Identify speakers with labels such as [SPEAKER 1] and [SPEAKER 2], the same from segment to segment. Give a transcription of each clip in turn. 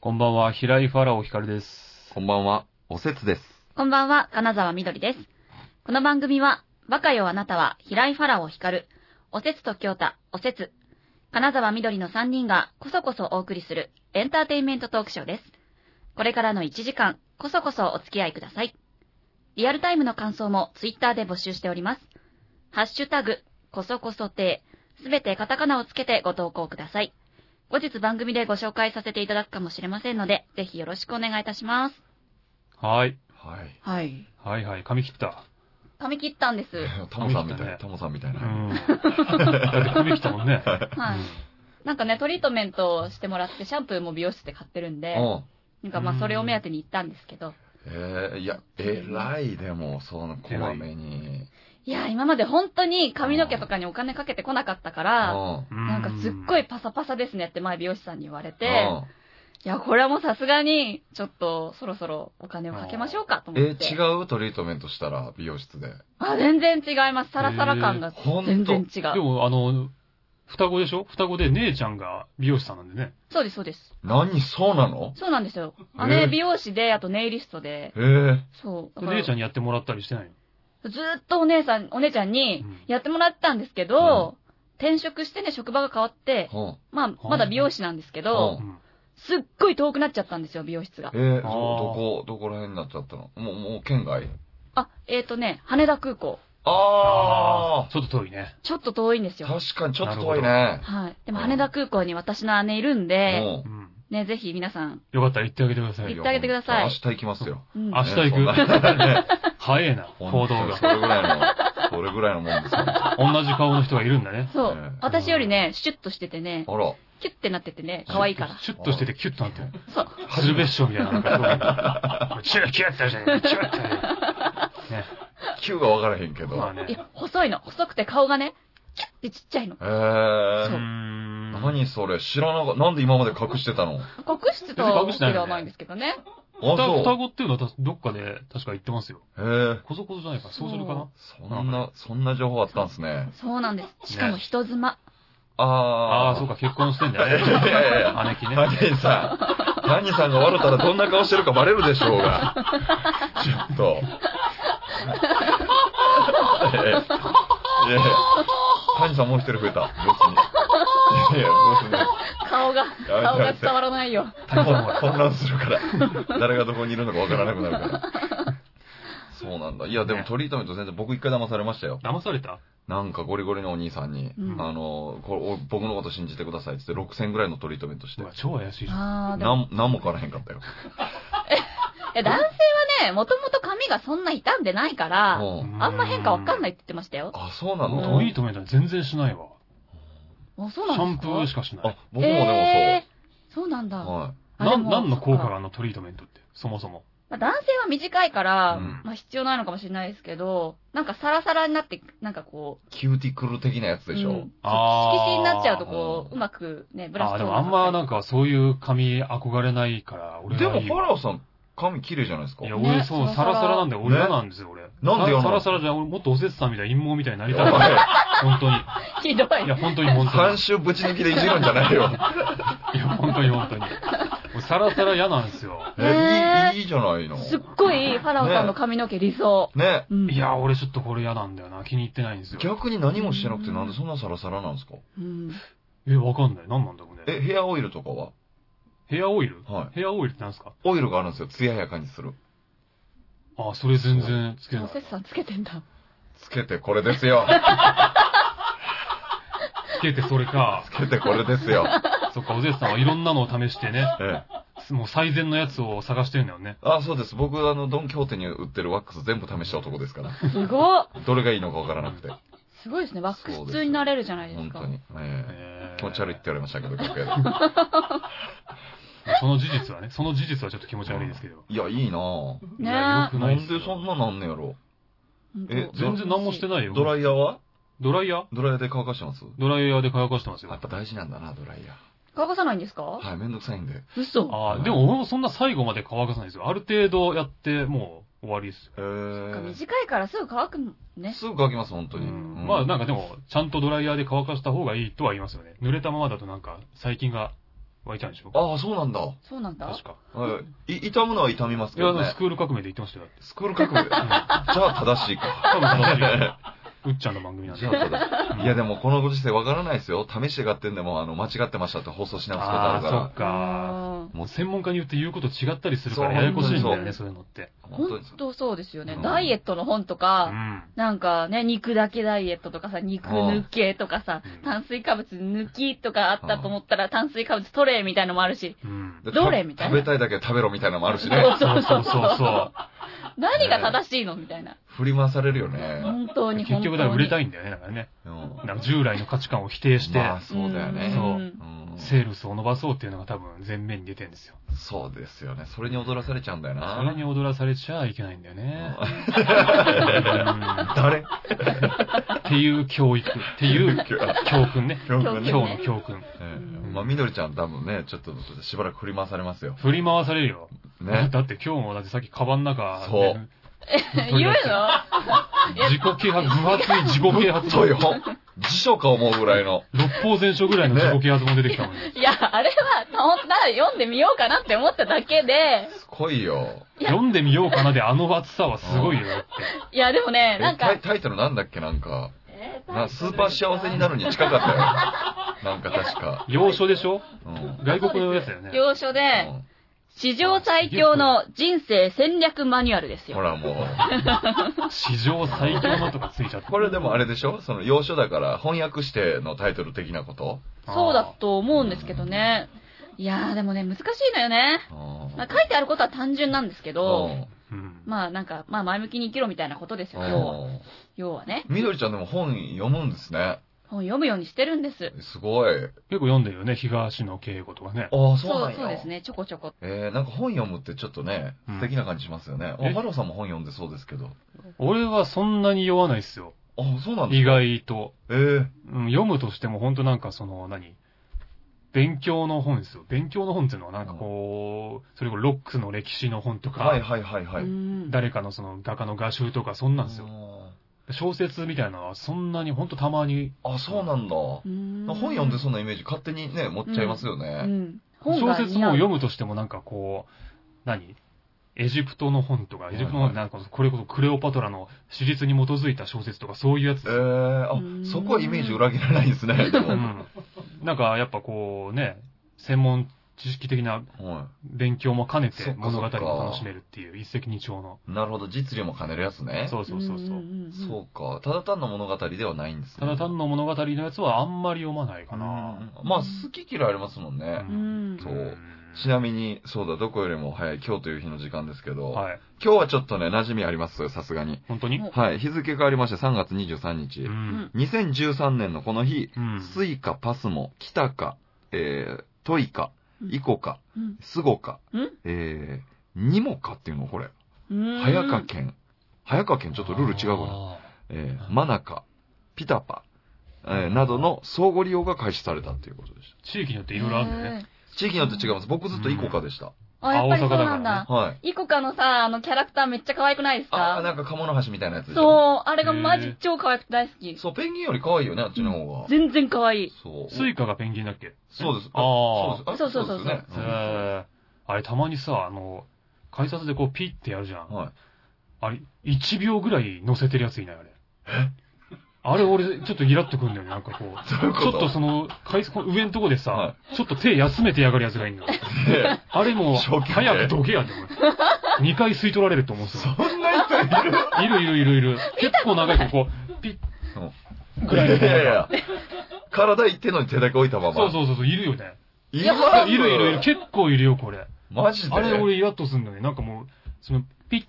[SPEAKER 1] こんばんは、平井ファラオヒカルです。
[SPEAKER 2] こんばんは、おせつです。
[SPEAKER 3] こんばんは、金沢みどりです。この番組は、バカよあなたは、平井ファラオ光る、おせつと京太、おせつ、金沢みどりの3人が、こそこそお送りする、エンターテインメントトークショーです。これからの1時間、こそこそお付き合いください。リアルタイムの感想も、ツイッターで募集しております。ハッシュタグ、こそこそてすべてカタカナをつけてご投稿ください。後日番組でご紹介させていただくかもしれませんので、ぜひよろしくお願いいたします。
[SPEAKER 1] はい。
[SPEAKER 2] はい。
[SPEAKER 3] はい。
[SPEAKER 1] はいはい、髪切った。
[SPEAKER 3] 髪切った んです。
[SPEAKER 2] タモさんみた
[SPEAKER 1] ね
[SPEAKER 2] い、タモさんみたいうな。
[SPEAKER 1] ん。だって髪切ったもんね。
[SPEAKER 3] はい。なんかね、トリートメントをしてもらって、シャンプーも美容室で買ってるんで、
[SPEAKER 2] うん。
[SPEAKER 3] なんかまあそれを目当てに行ったんですけど、
[SPEAKER 2] えー、いや、偉いでも、その、こまめに。
[SPEAKER 3] いや、今まで本当に髪の毛とかにお金かけてこなかったか
[SPEAKER 2] う
[SPEAKER 3] ら、
[SPEAKER 2] ん。
[SPEAKER 1] うん
[SPEAKER 3] なんかすっごい。パサパサですねって前美容師さんに言われ
[SPEAKER 2] う
[SPEAKER 3] て、いや、これはもうさすがに、ちょっとそろそろお金をかけましょうかと
[SPEAKER 2] ん
[SPEAKER 3] 思
[SPEAKER 2] え
[SPEAKER 3] って。
[SPEAKER 2] ー、違うトリートメントしたら、美容室で。
[SPEAKER 3] あ、全然違います。サラサラ感が
[SPEAKER 2] ほ
[SPEAKER 3] 全
[SPEAKER 2] んと
[SPEAKER 3] 然。違
[SPEAKER 1] で
[SPEAKER 3] う。
[SPEAKER 1] も、あの、双子でしょ双子で姉ちゃんが美容師さんなんでね。
[SPEAKER 3] そうです、そうです。
[SPEAKER 2] 何、そうなの
[SPEAKER 3] そうなんですよ。
[SPEAKER 2] えー
[SPEAKER 3] 姉美容師で、あとネイリストで、
[SPEAKER 2] えー、
[SPEAKER 3] そう。だから
[SPEAKER 1] 姉ちゃんにやってもらったりしてないの
[SPEAKER 3] ずーっとお姉さん、お姉ちゃんに
[SPEAKER 1] うん
[SPEAKER 3] やってもらってたんですけど、転職してね、職場が変わって、
[SPEAKER 2] うん。
[SPEAKER 3] まあ、まだ美容師なんですけ
[SPEAKER 2] う
[SPEAKER 3] ど
[SPEAKER 2] ん、
[SPEAKER 1] うん
[SPEAKER 3] すっごい遠くなっちゃったんですよ、美容室が
[SPEAKER 2] え。ー、どどこ、どこら辺になっちゃったのもう、もう、県外
[SPEAKER 3] あ、えっ、ー、とね、羽田空港。
[SPEAKER 2] あ
[SPEAKER 1] ちょっと遠いね。
[SPEAKER 3] ちょっと遠いんです
[SPEAKER 2] ー、
[SPEAKER 3] よ。
[SPEAKER 2] 確かにちょっと遠いね。
[SPEAKER 3] はい。
[SPEAKER 2] う
[SPEAKER 3] でも
[SPEAKER 2] ん
[SPEAKER 3] 羽田空港に私の姉いるんで、
[SPEAKER 2] うん
[SPEAKER 1] うん。
[SPEAKER 3] ね、ぜひ皆さん、
[SPEAKER 1] よかったら行ってあげてください
[SPEAKER 3] 行
[SPEAKER 1] よ。
[SPEAKER 3] ってあげてください
[SPEAKER 2] 明日行きますよ。
[SPEAKER 3] うん
[SPEAKER 1] 明日行く
[SPEAKER 2] ねそんなね
[SPEAKER 1] 早えな、行動が
[SPEAKER 2] そ。れぐらいの、それぐらいのもんですよ。あ
[SPEAKER 1] 同じ顔の人がいるんだね。
[SPEAKER 3] そう、
[SPEAKER 2] ね
[SPEAKER 3] 私よりね、シュッとしててね、
[SPEAKER 2] ら。
[SPEAKER 3] キュッてなっててね、可愛いから。
[SPEAKER 1] シュッとしててキュッとなってる。
[SPEAKER 3] そう。
[SPEAKER 1] 鶴瓶師匠みたいな、なんか、 キュッキュッてやるじゃないキュッてやる。ね。
[SPEAKER 2] Q が分からへんけど。
[SPEAKER 1] まあね
[SPEAKER 3] い。や、細いの。細くて顔がね、キュッてちっちゃいの。
[SPEAKER 2] え
[SPEAKER 1] うー
[SPEAKER 2] ー、
[SPEAKER 1] ん
[SPEAKER 2] 何それ知らなかった。なんで今まで隠してたのあ、
[SPEAKER 3] 隠してたわけではないんですけどね。
[SPEAKER 1] 双
[SPEAKER 2] そ
[SPEAKER 1] 双
[SPEAKER 2] う。
[SPEAKER 1] 子っていうのはたどっかで確か言ってますよ。
[SPEAKER 2] えー、
[SPEAKER 1] こそこそじゃないか、そうするかな。
[SPEAKER 2] そんな、そんな情報あったんすね。
[SPEAKER 3] そうなんです。しかも人妻。
[SPEAKER 2] あ
[SPEAKER 1] あ
[SPEAKER 2] ー。
[SPEAKER 1] あー、そうか、結婚してん
[SPEAKER 2] いやい
[SPEAKER 1] だね。
[SPEAKER 2] やいや。
[SPEAKER 1] 姉貴ね。
[SPEAKER 2] 何さん、何さんが笑ったらどんな顔してるかバレるでしょう が。ちょっと。いやいや谷さんもう一人増えた。別に。いやいや、別に。
[SPEAKER 3] 顔が、
[SPEAKER 2] やめて
[SPEAKER 3] 顔が伝わらないよ。
[SPEAKER 2] 多分混乱する から、誰がどこにいるのかわからなくなるから。 そうなんだ。いや、でも
[SPEAKER 1] ね
[SPEAKER 2] トリートメント先生、僕一回騙されましたよ。
[SPEAKER 1] 騙された
[SPEAKER 2] なんかゴリゴリのお兄さんに、
[SPEAKER 3] うん
[SPEAKER 2] あの、これお僕のこと信じてくださいって言って6000ぐらいのトリートメントして
[SPEAKER 1] うわ、超怪しいじゃん。。
[SPEAKER 3] あーで
[SPEAKER 2] なん
[SPEAKER 3] も、
[SPEAKER 2] なんも変わらへんかったよ。
[SPEAKER 3] え男性はね、もともと髪がそんな傷んでないから、
[SPEAKER 2] うん
[SPEAKER 3] あんま変化わかんないいって言ってましたよ。
[SPEAKER 2] あ、そうな
[SPEAKER 3] うん
[SPEAKER 1] ト
[SPEAKER 2] の
[SPEAKER 1] リートメント全然しないわ。
[SPEAKER 3] あ、そう
[SPEAKER 1] シ
[SPEAKER 3] な
[SPEAKER 1] ャ
[SPEAKER 3] ん
[SPEAKER 1] ン
[SPEAKER 3] です
[SPEAKER 1] プーしか
[SPEAKER 3] か
[SPEAKER 1] しな
[SPEAKER 2] あ
[SPEAKER 1] い。、
[SPEAKER 2] 僕もで
[SPEAKER 3] えーそうなんだ。
[SPEAKER 2] もそう。はい。
[SPEAKER 3] あ
[SPEAKER 1] な
[SPEAKER 3] で
[SPEAKER 1] ん、
[SPEAKER 3] も
[SPEAKER 1] 何の効果
[SPEAKER 3] そ
[SPEAKER 1] が
[SPEAKER 3] っ
[SPEAKER 1] あ
[SPEAKER 3] か
[SPEAKER 1] んのトリートメントって、そもそも。
[SPEAKER 3] まあ男性は短いから、
[SPEAKER 2] うん
[SPEAKER 3] まあ必要ないのかもしれないですけど、なんかサラサラになって、なんかこう、
[SPEAKER 2] キューティクル的なやつでしょ。
[SPEAKER 3] うん
[SPEAKER 1] あー
[SPEAKER 3] 色紙になっちゃうとこう、
[SPEAKER 2] う
[SPEAKER 3] うまくね、ブラシ
[SPEAKER 1] ああー、でもあんまなんかそういう髪憧れないから、俺
[SPEAKER 2] で
[SPEAKER 1] は
[SPEAKER 2] も、
[SPEAKER 1] いい
[SPEAKER 2] ファラ
[SPEAKER 1] わ。
[SPEAKER 2] オさん、髪綺麗じゃないですか。
[SPEAKER 1] いや、
[SPEAKER 2] い
[SPEAKER 1] 俺
[SPEAKER 3] ね
[SPEAKER 1] そう、サ
[SPEAKER 3] サラ
[SPEAKER 1] ラサ
[SPEAKER 3] サラ
[SPEAKER 1] ラなんで俺嫌なんですよ、俺。
[SPEAKER 2] なんで嫌なの
[SPEAKER 1] サラサラじゃ、俺もっとおせつさんみたいな陰謀みたいになりたい。
[SPEAKER 2] や
[SPEAKER 1] 本当に。
[SPEAKER 3] ひどい。
[SPEAKER 1] いや、本当に本当に
[SPEAKER 2] 三。週ぶち抜きでいじるんじゃないよ。
[SPEAKER 1] いや、本当に本当に。もうサラサラ嫌なんですよ。
[SPEAKER 2] え
[SPEAKER 3] ね、
[SPEAKER 2] いい、いいじゃないの。
[SPEAKER 3] すっごい、ファラオさんの髪の毛理想。
[SPEAKER 2] ね。
[SPEAKER 3] うん
[SPEAKER 1] い、や、俺ちょっとこれ嫌なんだよな。気に入ってないんですよ。
[SPEAKER 2] 逆に何もしてなくてなんでそんなサラサラなんですか
[SPEAKER 3] うん
[SPEAKER 1] え、わかんない。何なんだろう
[SPEAKER 2] え、
[SPEAKER 1] ね。
[SPEAKER 2] ヘアオイルとかは
[SPEAKER 1] ヘアオイル
[SPEAKER 2] はい。
[SPEAKER 1] ヘアオイルって何すか
[SPEAKER 2] オイルがあるんですよ。艶やかにする。
[SPEAKER 1] あ、それ全然つけな
[SPEAKER 3] お
[SPEAKER 1] い
[SPEAKER 3] せ。っさんつけてんだ。
[SPEAKER 2] つけてこれです よ。
[SPEAKER 1] つけてそれか。
[SPEAKER 2] つけてこれですよ。
[SPEAKER 1] そっか、おぜさんはいろんなのを試してね、
[SPEAKER 2] ええ。
[SPEAKER 1] もう最善のやつを探してるんだよね。
[SPEAKER 2] あ、そうです。僕、あの、ドンキホーテに売ってるワックス全部試した男ですから。
[SPEAKER 3] すごっ
[SPEAKER 2] どれがいいのかわからなくて。
[SPEAKER 3] すごいですね。ワック
[SPEAKER 2] そう
[SPEAKER 3] ス
[SPEAKER 2] です
[SPEAKER 3] 通になれるじゃないです
[SPEAKER 2] 本
[SPEAKER 3] か。
[SPEAKER 2] 当に。え
[SPEAKER 1] えー
[SPEAKER 2] え。気持ち悪いって言われましたけ ど、楽屋で。
[SPEAKER 1] その事実はね、その事実はちょっと気持ち悪いですけど。
[SPEAKER 2] いや、いいなぁ。
[SPEAKER 1] い
[SPEAKER 3] ね
[SPEAKER 1] やよく
[SPEAKER 2] な
[SPEAKER 1] ない
[SPEAKER 2] ん
[SPEAKER 1] っすよ
[SPEAKER 2] でそんななんねやろ。え
[SPEAKER 1] 全然何もして
[SPEAKER 3] ない。
[SPEAKER 1] ないよ。
[SPEAKER 2] ドライヤーは
[SPEAKER 1] ドライヤー
[SPEAKER 2] ドライヤーで乾かしてます
[SPEAKER 1] ドライヤーで乾かしてますよ
[SPEAKER 2] やっ。ぱ大事なんだな、ドライヤ
[SPEAKER 3] 乾かさないんですか、
[SPEAKER 2] ー。はい、めんどくさいんで。
[SPEAKER 3] 嘘。
[SPEAKER 1] ああ、でも俺もそんな最後まで乾かさないですよ。ある程度やって、もう終わりですよ。
[SPEAKER 2] ええ。
[SPEAKER 3] 短いからすぐ乾くもんね。
[SPEAKER 2] すぐ乾きます、本当に。
[SPEAKER 1] うんまあなんか
[SPEAKER 2] か、
[SPEAKER 1] でも、ちゃんとドライヤーで乾かした方がいいとは言いますよね。濡れたままだとなんか、細菌がはいたんでしょ
[SPEAKER 2] ああ、そうなんだ。
[SPEAKER 3] そうなんだ
[SPEAKER 1] 確。か。
[SPEAKER 2] はい。い、痛むのは痛みます
[SPEAKER 1] い
[SPEAKER 2] け
[SPEAKER 1] や、
[SPEAKER 2] ど
[SPEAKER 1] でも
[SPEAKER 2] ね
[SPEAKER 1] ス。クール革命で言ってましたよ。
[SPEAKER 2] スクール革命。じ
[SPEAKER 1] うん
[SPEAKER 2] ゃあ正しいか。
[SPEAKER 1] 多分楽しいよ。うっちゃんの番組なん
[SPEAKER 2] じ
[SPEAKER 1] で
[SPEAKER 2] ゃあ。正しい。いや、でもこのご時世わからないですよ。試して買ってんでも、あの、間違ってましたって放送し直すことあ
[SPEAKER 1] あ
[SPEAKER 2] る
[SPEAKER 1] あ、そ
[SPEAKER 2] か
[SPEAKER 1] っか。
[SPEAKER 3] うん
[SPEAKER 1] もう専門家によって言うこと違ったりするから
[SPEAKER 2] そう
[SPEAKER 1] ややこしいんだよね、そういうのって。
[SPEAKER 2] ら。本当
[SPEAKER 3] 本
[SPEAKER 2] にそう。
[SPEAKER 3] 当そうですよね。
[SPEAKER 2] うん
[SPEAKER 3] ダイエットの本と
[SPEAKER 1] う
[SPEAKER 3] か、
[SPEAKER 1] ん。
[SPEAKER 3] なんかね、肉だけダイエットとかさ、肉抜けとかさ
[SPEAKER 1] うん、
[SPEAKER 3] 炭水化物抜きとかあったと思ったら、炭水化物取れみたいのもあるし、
[SPEAKER 1] うん。
[SPEAKER 2] で
[SPEAKER 3] どれ
[SPEAKER 2] た
[SPEAKER 3] みたいな
[SPEAKER 2] 食べたいだけ食べろみたいなのもあるし
[SPEAKER 3] そう
[SPEAKER 2] ね。
[SPEAKER 1] そうそうそうそう。
[SPEAKER 3] 何が正しいのみたいな。
[SPEAKER 2] 振り回されるよね。
[SPEAKER 3] 本当に
[SPEAKER 1] 結
[SPEAKER 3] 本当に。
[SPEAKER 1] 局だから売れた
[SPEAKER 3] い。
[SPEAKER 1] いんだよね、だからね。
[SPEAKER 2] うん。
[SPEAKER 1] なんか従来の価値観を否定して、
[SPEAKER 2] まあ、そうだよね。
[SPEAKER 1] そう
[SPEAKER 2] うん
[SPEAKER 1] セールスを伸ばそうっていうのが多分前面に出てるんですよ。
[SPEAKER 2] そうですよね。それに踊らされちゃうんだよな。
[SPEAKER 1] それに踊らされちゃいけないんだよね。うん
[SPEAKER 2] 誰
[SPEAKER 1] っていう教育、っていう教訓ね。
[SPEAKER 2] 教
[SPEAKER 3] 訓
[SPEAKER 2] 訓
[SPEAKER 3] ね
[SPEAKER 2] ね。
[SPEAKER 1] 今日の教訓。
[SPEAKER 2] ええ
[SPEAKER 1] うん
[SPEAKER 2] まあ、みどりちゃん多分ね、ちょっとしばらく振り回されますよ。
[SPEAKER 1] 振り回されるよ。
[SPEAKER 2] ね。
[SPEAKER 1] だって今日もだってさっきカバンの中、
[SPEAKER 2] そう
[SPEAKER 1] ね
[SPEAKER 3] 言うの
[SPEAKER 1] 自己啓発、分厚い自己啓発
[SPEAKER 2] そうよ
[SPEAKER 1] 本。。
[SPEAKER 2] 辞書か思うぐらいの。
[SPEAKER 1] 六方全書ぐらいの自己啓発本出てきたもんね。
[SPEAKER 3] いや、あれは、本当だ、読んでみようかなって思っただけで、
[SPEAKER 2] すごいよ。
[SPEAKER 1] 読んでみようかなであの厚さはすごいよだって。
[SPEAKER 3] いや、でもね、
[SPEAKER 2] え
[SPEAKER 3] なん
[SPEAKER 2] タイ
[SPEAKER 3] か、
[SPEAKER 2] タイトルなんだっけなんか。
[SPEAKER 3] えー
[SPEAKER 2] なスーパー幸せになるに近かったよ。 なんか確か。
[SPEAKER 1] 洋書でしょ
[SPEAKER 2] うん。
[SPEAKER 1] 外国のやつだよね。
[SPEAKER 3] 要所で、史上最強の人生戦略マニュアルです
[SPEAKER 2] うん
[SPEAKER 3] よ。
[SPEAKER 2] ほらもう。
[SPEAKER 1] 史上最強のとかついちゃって。
[SPEAKER 2] これでもあれでしょその、要所だから翻訳してのタイトル的なこと
[SPEAKER 3] そうだと思うんですけどね。いやー、でもね、難しいのよね。
[SPEAKER 2] うん
[SPEAKER 3] まあ、書いてあることは単純なんですけど、
[SPEAKER 1] うん。
[SPEAKER 3] まあなんか、まあ前向きに生きろみたいなことですよ、要は。
[SPEAKER 2] うん
[SPEAKER 3] 要はね。
[SPEAKER 2] みどりちゃんでも本読むんですね。
[SPEAKER 3] 本読むようにしてるんです。
[SPEAKER 2] すごい。
[SPEAKER 1] 結構読んでるよね、東野圭吾とかね。
[SPEAKER 2] ああ、そう
[SPEAKER 3] そ
[SPEAKER 2] なん
[SPEAKER 3] う
[SPEAKER 2] や。
[SPEAKER 3] そうですね、ちょこちょこ。
[SPEAKER 2] えー、なんか本読むってちょっとね、
[SPEAKER 1] うん
[SPEAKER 2] 素敵な感じしますよね。
[SPEAKER 1] え
[SPEAKER 2] あ、ハローさんも本読んでそうですけど。
[SPEAKER 1] 俺はそんなに酔わないっすよ。
[SPEAKER 2] あ、そうなんだ。
[SPEAKER 1] 意外と。
[SPEAKER 2] えー、
[SPEAKER 1] うん、読むとしても本当なんかその、何勉強の本ですよ。勉強の本っていうのはなんかこう、それこそロックの歴史の本とか、
[SPEAKER 2] はいはいはいは
[SPEAKER 3] う
[SPEAKER 2] い。
[SPEAKER 3] ん
[SPEAKER 1] 誰かのその画家の画集とかそんなんですよ。
[SPEAKER 2] よ。
[SPEAKER 1] 小説みたいなのはそんなに本当たまに、
[SPEAKER 2] あ、そうなんだ。
[SPEAKER 3] うん
[SPEAKER 2] 本読んでそんなイメージ勝手にね、持っちゃいますよ
[SPEAKER 3] う
[SPEAKER 2] ね。
[SPEAKER 3] ん。本
[SPEAKER 1] 小
[SPEAKER 3] が
[SPEAKER 1] 説
[SPEAKER 3] 似合
[SPEAKER 1] も
[SPEAKER 3] う
[SPEAKER 1] 読むとしてもなんかこう、何エジプトの本とか、エジプトの
[SPEAKER 2] は
[SPEAKER 1] 本
[SPEAKER 2] いは
[SPEAKER 1] っ
[SPEAKER 2] い
[SPEAKER 1] てなんかこれこそクレオパトラの史実に基づいた小説とかそういうやつ
[SPEAKER 2] え
[SPEAKER 1] ですよ
[SPEAKER 2] ー、
[SPEAKER 3] う
[SPEAKER 2] あ
[SPEAKER 3] ん、
[SPEAKER 2] そこはイメージ裏切らないで すね。でも
[SPEAKER 1] う
[SPEAKER 2] は
[SPEAKER 1] んなんかやっぱこうね、専門知識的ない勉強も兼ねて
[SPEAKER 2] そっか
[SPEAKER 1] 物
[SPEAKER 2] そ
[SPEAKER 1] 語
[SPEAKER 2] っか
[SPEAKER 1] を楽しめるっていう一石二鳥の。
[SPEAKER 2] なるほど、実利も兼ねるやつね。
[SPEAKER 1] そうそうそうそ
[SPEAKER 3] ん
[SPEAKER 1] う。
[SPEAKER 3] んんん
[SPEAKER 2] そうか。ただ単の物語ではないんです
[SPEAKER 1] た
[SPEAKER 2] ね。
[SPEAKER 1] だ単の物語のやつはあんまり読まないかな。
[SPEAKER 2] うんまあ、好き嫌いありますもんね。
[SPEAKER 3] うん
[SPEAKER 2] そうちなみに、そうだ、どこよりも早い今日という日の時間ですけど、
[SPEAKER 1] はい。
[SPEAKER 2] 今日はちょっとね、馴染みありますよ、さすがに。
[SPEAKER 1] 本当に
[SPEAKER 3] お
[SPEAKER 2] はい、日付変わりまして3月23日。
[SPEAKER 1] うん。
[SPEAKER 2] 2013年のこの日、
[SPEAKER 1] うん。
[SPEAKER 2] スイカ、パスモ、キタカ、えー、トイカ、イコカ、
[SPEAKER 3] うん
[SPEAKER 2] スゴカ
[SPEAKER 3] うん、
[SPEAKER 2] えー、ニモカっていうのこれ。
[SPEAKER 3] うん
[SPEAKER 2] 早川県。早川県ちょっとルール違うかな。えー、マナカ、ピタパ、えー、などの相互利用が開始されたっていうことでし
[SPEAKER 1] 地域によっていろいろあるんだよね。
[SPEAKER 3] へー
[SPEAKER 2] た。地域によって違います。僕ずっとイコカでした。
[SPEAKER 3] あ、やっぱりそう
[SPEAKER 1] あ大阪だか
[SPEAKER 3] なん
[SPEAKER 1] らね
[SPEAKER 3] だ。
[SPEAKER 2] はい。
[SPEAKER 3] イコカのさ、あのキャラクターめっちゃ可愛くないです
[SPEAKER 2] あー、
[SPEAKER 3] か
[SPEAKER 2] なんか鴨の橋みたいなやつでしょ。
[SPEAKER 3] そう、あれがマジ超可愛くて大好き。
[SPEAKER 2] そう、ペンギンより可愛いよね、あっちの方が。
[SPEAKER 3] 全然可愛い。
[SPEAKER 2] そう。
[SPEAKER 1] スイカがペンギンだっけ
[SPEAKER 2] そうです。
[SPEAKER 1] あー
[SPEAKER 2] そうです。
[SPEAKER 3] そうそうそう
[SPEAKER 2] で
[SPEAKER 3] そう
[SPEAKER 2] すね
[SPEAKER 1] えーあれたまにさ、あの、改札でこうピッてやるじゃん。
[SPEAKER 2] はい。
[SPEAKER 1] あれ、1秒ぐらい乗せてるやついないあれ。あれ、俺、ちょっとイラっとくんだよね、なんかこう。
[SPEAKER 2] どういうこ
[SPEAKER 1] ちょ
[SPEAKER 2] と
[SPEAKER 1] っとその、階層上のとこでさ、
[SPEAKER 2] は
[SPEAKER 1] ちょっと手休めてやがるやつがいるの。
[SPEAKER 2] で
[SPEAKER 1] あれもう、
[SPEAKER 2] 正気で
[SPEAKER 1] 早くどけやで、俺。2回吸い取られると思うんですよ。
[SPEAKER 2] そんな人いる
[SPEAKER 1] いるいるいるいる。結構長いとこ、ピッ、ぐらいの
[SPEAKER 2] いやい
[SPEAKER 1] と
[SPEAKER 2] や、体いってんのに手だけ置いたま
[SPEAKER 1] こ。そう
[SPEAKER 2] ま。
[SPEAKER 1] そうそうそう、いるよね。
[SPEAKER 2] い
[SPEAKER 1] い
[SPEAKER 2] や
[SPEAKER 1] るいるいるいる、。結構いるよ、これ。
[SPEAKER 2] マジで
[SPEAKER 1] あれ、俺イラっとすんだよね。なんかもう、その、ピッ、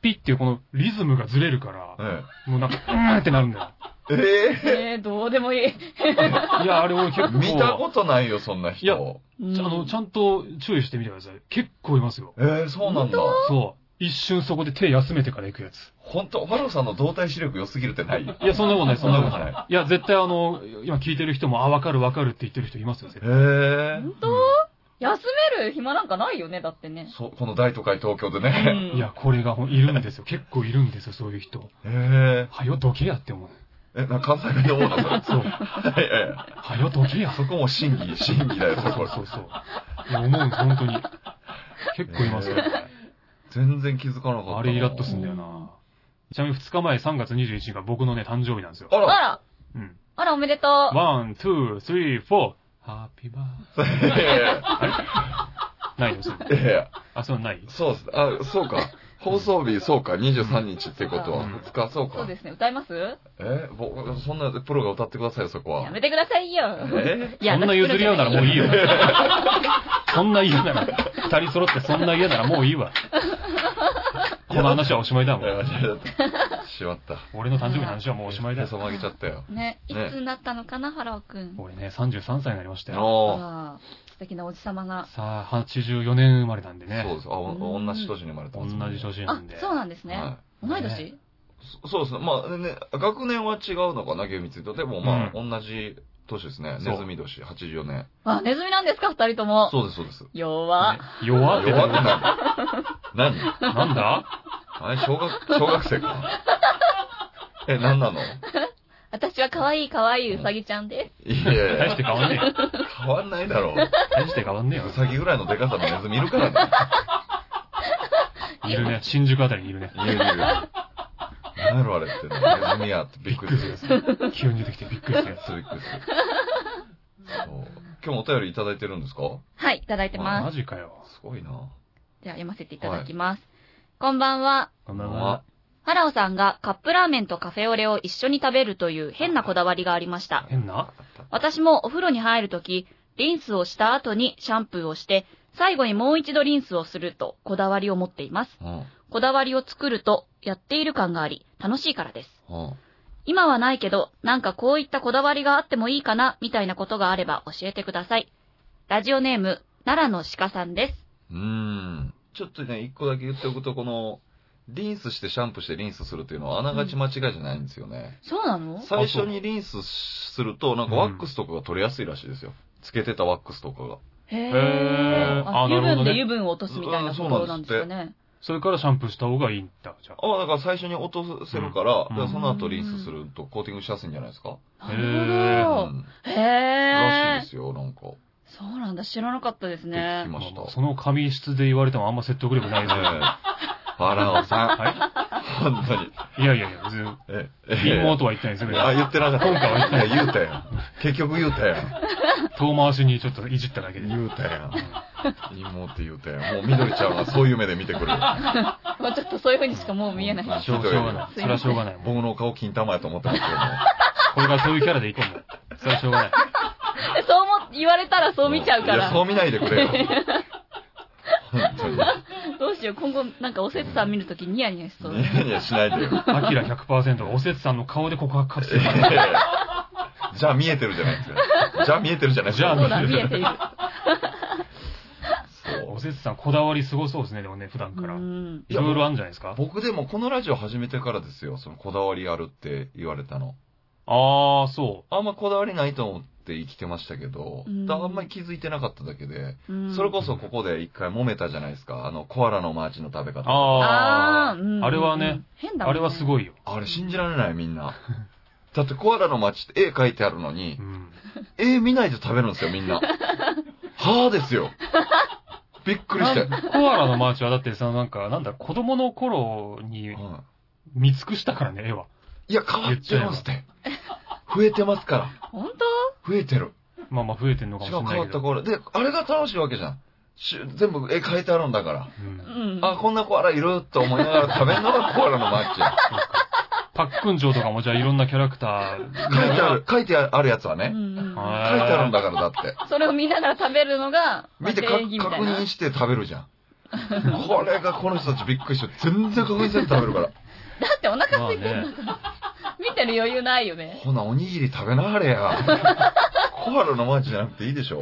[SPEAKER 1] ピッっていうこのリズムがずれるから、
[SPEAKER 2] え
[SPEAKER 1] もうなんか、うーんってなるんだよ。
[SPEAKER 2] ええ
[SPEAKER 3] えー、どうでもいい。
[SPEAKER 1] いや、あれ俺結
[SPEAKER 2] え
[SPEAKER 1] 構。
[SPEAKER 2] 見たことないよ、そんない
[SPEAKER 1] や
[SPEAKER 2] 人。
[SPEAKER 1] ちゃあの、ちゃんと注意してみてください。結構いますよ。
[SPEAKER 2] ええそうなんだ。
[SPEAKER 1] そう。一瞬そこで手休めてから行くやつ。
[SPEAKER 2] 本当ファローさんの動体視力良すぎるってない
[SPEAKER 1] いや、そんなことない、そんなこと
[SPEAKER 2] そんなこと
[SPEAKER 1] ない。いや、絶対あの、今聞いてる人も、あ、わかるわかるって言ってる人いますよ、絶
[SPEAKER 2] ええ
[SPEAKER 1] 対。
[SPEAKER 3] 本当、休める暇なんかないよね、だってね。
[SPEAKER 2] そう、この大都会東京で
[SPEAKER 3] う
[SPEAKER 2] ね。
[SPEAKER 1] いや、これがほんいるんですよ。結構いるんですよ、そういう人。
[SPEAKER 2] ええ
[SPEAKER 1] はよ、どけやって思う。
[SPEAKER 2] え、な関西弁で思っ た
[SPEAKER 1] そう。
[SPEAKER 2] それ。いやいや
[SPEAKER 1] はよ時や。
[SPEAKER 2] そこも審議、審議だよ、そ
[SPEAKER 1] そう
[SPEAKER 2] こ。
[SPEAKER 1] そうそう。いや思うんです、本当に。結構いますよ
[SPEAKER 2] ね。全然気づかなかったな。
[SPEAKER 1] あれイラッとすんだよな。ちなみに2日前3月21日が僕のね、誕生日なんですよ。
[SPEAKER 2] あ
[SPEAKER 3] あ
[SPEAKER 2] ら
[SPEAKER 3] ら、
[SPEAKER 1] うん。
[SPEAKER 3] あら、おめでとう。
[SPEAKER 1] ワン、ツー、スリー、フォー。ハッピーバー
[SPEAKER 2] いやいやい
[SPEAKER 1] ないよ、そう。
[SPEAKER 2] やいやいや、
[SPEAKER 1] あ、そうない
[SPEAKER 2] そうっす。あ、そうか。放送日、そうか、23日ってことは、
[SPEAKER 1] うん
[SPEAKER 2] 2日、そう
[SPEAKER 3] そう
[SPEAKER 2] か。
[SPEAKER 3] ですね、歌います
[SPEAKER 2] え、僕、そんなプロが歌ってくださいよ、そこ
[SPEAKER 3] や
[SPEAKER 2] は。
[SPEAKER 3] めてくださいよ。
[SPEAKER 2] え
[SPEAKER 3] いや
[SPEAKER 1] そんな譲り合うならもういい よ
[SPEAKER 3] 私来るんじゃな。
[SPEAKER 1] そんな嫌なら、二人揃ってそんな嫌ならもういいわ。この話はおしまいだ
[SPEAKER 2] い
[SPEAKER 1] も
[SPEAKER 2] や
[SPEAKER 1] ん。
[SPEAKER 2] いやいやしまった。
[SPEAKER 1] 俺の誕生日の話はもうおしまいだ
[SPEAKER 2] へ。そ曲げちゃったよ。
[SPEAKER 3] ね、い
[SPEAKER 2] ね
[SPEAKER 3] つになったのかな、ハローくん。
[SPEAKER 1] 俺ね、33歳になりましたよ。
[SPEAKER 2] おー
[SPEAKER 3] あー素敵なおじさまが。
[SPEAKER 1] さあ、84年生まれなんで
[SPEAKER 2] そう
[SPEAKER 1] ね
[SPEAKER 2] で。す。あ、お同じ年に生まれた
[SPEAKER 1] 同
[SPEAKER 2] んです
[SPEAKER 1] じ
[SPEAKER 2] ね
[SPEAKER 1] 年な
[SPEAKER 3] あ
[SPEAKER 1] んで。、
[SPEAKER 3] そうなんですね
[SPEAKER 2] は。
[SPEAKER 1] い
[SPEAKER 3] 同い年、
[SPEAKER 1] ね
[SPEAKER 2] そそうですね。まあね、学年は違うのかな、厳密にと。でもまあ、同じ年ですね。
[SPEAKER 1] そう
[SPEAKER 2] ネズミ年、84年。
[SPEAKER 3] あ、ネズミなんですか、二人とも。
[SPEAKER 2] そうです、そうです。
[SPEAKER 3] 弱、
[SPEAKER 1] ね弱って
[SPEAKER 2] 弱って
[SPEAKER 1] な
[SPEAKER 2] ない。何
[SPEAKER 1] んだ
[SPEAKER 2] あれ、小学、小学生か。え、何なの
[SPEAKER 3] 私は可愛い可愛いうさぎちゃんです。
[SPEAKER 2] いやいや
[SPEAKER 1] 大
[SPEAKER 2] い
[SPEAKER 1] して
[SPEAKER 2] や、
[SPEAKER 1] 変わんねえよ。
[SPEAKER 2] 変わんないだろう。
[SPEAKER 1] 大して変わんねえよ
[SPEAKER 2] う。さぎぐらいのデカさのネズミいるからね。
[SPEAKER 1] いるね。新宿あたりにいるね。
[SPEAKER 2] いやいやいや。何やろあれって、ネズミやってびっくりする。する
[SPEAKER 1] 急に出てきてびっくりしたやつ。
[SPEAKER 2] びっくりする。そう今日もお便りいただいてるんですか
[SPEAKER 3] はい、いただいて ま
[SPEAKER 1] マ
[SPEAKER 3] す。
[SPEAKER 1] ジかよ。
[SPEAKER 2] すごいな。
[SPEAKER 3] では読ませていただきます。こんばんは。
[SPEAKER 1] こんばんは。
[SPEAKER 3] ハラオさんがカップラーメンとカフェオレを一緒に食べるという変なこだわりがありました。
[SPEAKER 1] 変な
[SPEAKER 3] 私もお風呂に入るとき、リンスをした後にシャンプーをして、最後にもう一度リンスをするとこだわりを持っています。
[SPEAKER 2] うん。うん。
[SPEAKER 3] こだわりを作るとやっている感があり、楽しいからです。今はないけど、なんかこういったこだわりがあってもいいかな、みたいなことがあれば教えてください。ラジオネーム、奈良の鹿さんです。
[SPEAKER 2] うーん。ちょっとね、一個だけ言っておくと、この、リンスしてシャンプーしてリンスするっていうのはあながち間違いじゃないんですよね。
[SPEAKER 3] そうなの
[SPEAKER 2] 最初にリンスすると、なんかワックスとかが取れやすいらしいですよ。つけてたワックスとかが。
[SPEAKER 3] へ
[SPEAKER 1] へ
[SPEAKER 3] ー
[SPEAKER 1] ーあ
[SPEAKER 3] あ油
[SPEAKER 1] なるほ
[SPEAKER 3] 分
[SPEAKER 1] どね
[SPEAKER 3] で油分を落とすみたいなところなんですかね。
[SPEAKER 1] それからシャンプーした方がいいんだ、じゃ
[SPEAKER 2] あだから最初に落とせるから、
[SPEAKER 1] うん
[SPEAKER 2] だからその後リンスするとコーティングしやすいんじゃないですか。
[SPEAKER 1] あ
[SPEAKER 3] な
[SPEAKER 1] へー
[SPEAKER 3] る
[SPEAKER 2] う
[SPEAKER 3] ほど。
[SPEAKER 2] ん。らしい
[SPEAKER 3] へー
[SPEAKER 2] ですよ、なんか。っ
[SPEAKER 3] そうなんだ、知らなかったです
[SPEAKER 2] て聞
[SPEAKER 3] ね
[SPEAKER 2] き。
[SPEAKER 1] あ。
[SPEAKER 2] ま
[SPEAKER 1] まあ
[SPEAKER 2] した
[SPEAKER 1] まあ。その紙質で言われてもあんま説得力 ないぞ。
[SPEAKER 2] ええファラオさん。
[SPEAKER 1] は
[SPEAKER 2] 本当に。
[SPEAKER 1] いいやいやいや、別に、
[SPEAKER 2] え
[SPEAKER 1] 貧乏とは言ってないですよ。
[SPEAKER 2] あ、言ってなかった。
[SPEAKER 1] 今回は言ってない
[SPEAKER 2] いや言うたや ん。結局言うたやん。
[SPEAKER 1] 遠回しにちょっといじっただけで。
[SPEAKER 2] 言うたやん。妹言うたやん。もう緑ちゃんはそういう目で見てくる。
[SPEAKER 3] まあちょっとそういう風にしかもう見えな
[SPEAKER 2] まあ
[SPEAKER 3] い。
[SPEAKER 1] しょうしょうがない。それはしょうがない。もう
[SPEAKER 2] 僕の顔金玉やと思ってますけども。
[SPEAKER 1] これからそういうキャラでいこうもう。それはしょうがない。
[SPEAKER 3] そう思っ、言われたらそう見ちゃうか
[SPEAKER 2] いや、そう
[SPEAKER 3] ら。
[SPEAKER 2] 見ないでくれよ。本当に。
[SPEAKER 3] どうしよう、今後なんかおせつさん見るときニヤニヤしそう。
[SPEAKER 2] ニヤニヤしないでよ。
[SPEAKER 1] アキラ100%がおせつさんの顔で告白活
[SPEAKER 2] い
[SPEAKER 1] 動。
[SPEAKER 2] やいやいやじゃあ見えてるじゃないですか。じゃあ見えてるじゃないです
[SPEAKER 1] じゃあ
[SPEAKER 2] か。
[SPEAKER 3] そうだ、見 えている。
[SPEAKER 2] そう
[SPEAKER 1] おせつさんこだわりすごそうですね、でもね、普段
[SPEAKER 3] う
[SPEAKER 1] から。い
[SPEAKER 3] ん。
[SPEAKER 1] ろいろあるんじゃないですか
[SPEAKER 2] 僕でもこのラジオ始めてからですよ、そのこだわりあるって言われたの。
[SPEAKER 1] ああ、そ
[SPEAKER 2] あんまこだわりないと思って生きてましたけど、
[SPEAKER 3] うん
[SPEAKER 2] だからあんまり気づいてなかっただけで、
[SPEAKER 3] うん
[SPEAKER 2] それこそここで一回揉めたじゃないですか、あの、コアラのマーチの食べ
[SPEAKER 1] う。
[SPEAKER 2] 方。あ
[SPEAKER 1] あ
[SPEAKER 3] ー
[SPEAKER 1] あ
[SPEAKER 3] うんうんうん
[SPEAKER 1] あれはね、
[SPEAKER 3] 変だも
[SPEAKER 1] あ
[SPEAKER 3] ん
[SPEAKER 1] れはすごいよ。
[SPEAKER 2] れ信じられないみんな。だってコアラのマーチって絵描いてあるのに
[SPEAKER 1] う、ん。
[SPEAKER 2] 絵見ないで食べるんですよみんな。はぁですよ。びっくりしたよ。
[SPEAKER 1] なんコアラのマーチはだってさ、なんか、なんだ、子供の頃に
[SPEAKER 2] うん
[SPEAKER 1] 見尽くしたからね、絵は。
[SPEAKER 2] いや、変わってますって。増えてますから。
[SPEAKER 3] 本
[SPEAKER 2] 増えてる。
[SPEAKER 1] まあまあ増えてんのか
[SPEAKER 2] し
[SPEAKER 1] も
[SPEAKER 2] か
[SPEAKER 1] し
[SPEAKER 2] も
[SPEAKER 1] れ
[SPEAKER 2] 変
[SPEAKER 1] な
[SPEAKER 2] わ
[SPEAKER 1] い
[SPEAKER 2] っ
[SPEAKER 1] け
[SPEAKER 2] た
[SPEAKER 1] ど。
[SPEAKER 2] コアラ。で、あれが楽しいわけじゃん。し全部絵描いてあるんだから。
[SPEAKER 1] うん
[SPEAKER 3] 当うん。
[SPEAKER 2] あ、こんなコアラいると思いながら食べるのがコアラのマッチや。
[SPEAKER 1] パックンジョーとかもじゃあいろんなキャラクター。
[SPEAKER 2] 書いて ある、書いてあるやつは
[SPEAKER 3] う
[SPEAKER 2] ね。
[SPEAKER 3] んうん
[SPEAKER 2] 書い
[SPEAKER 1] は
[SPEAKER 2] てあるんだからだって。
[SPEAKER 3] それを見ながら食べるのが、まあ
[SPEAKER 2] 見てか
[SPEAKER 3] 礼儀みたい
[SPEAKER 2] 確
[SPEAKER 3] な
[SPEAKER 2] 認。して食べる じゃん。これがこの人たちびっくりして、全然確認せんと食べるから。
[SPEAKER 3] だってお腹
[SPEAKER 1] まあね。
[SPEAKER 3] 見てる余裕ない よね。
[SPEAKER 2] ほな、おにぎり食べなはれや。 コアラのマッチじゃなくていいでしょ。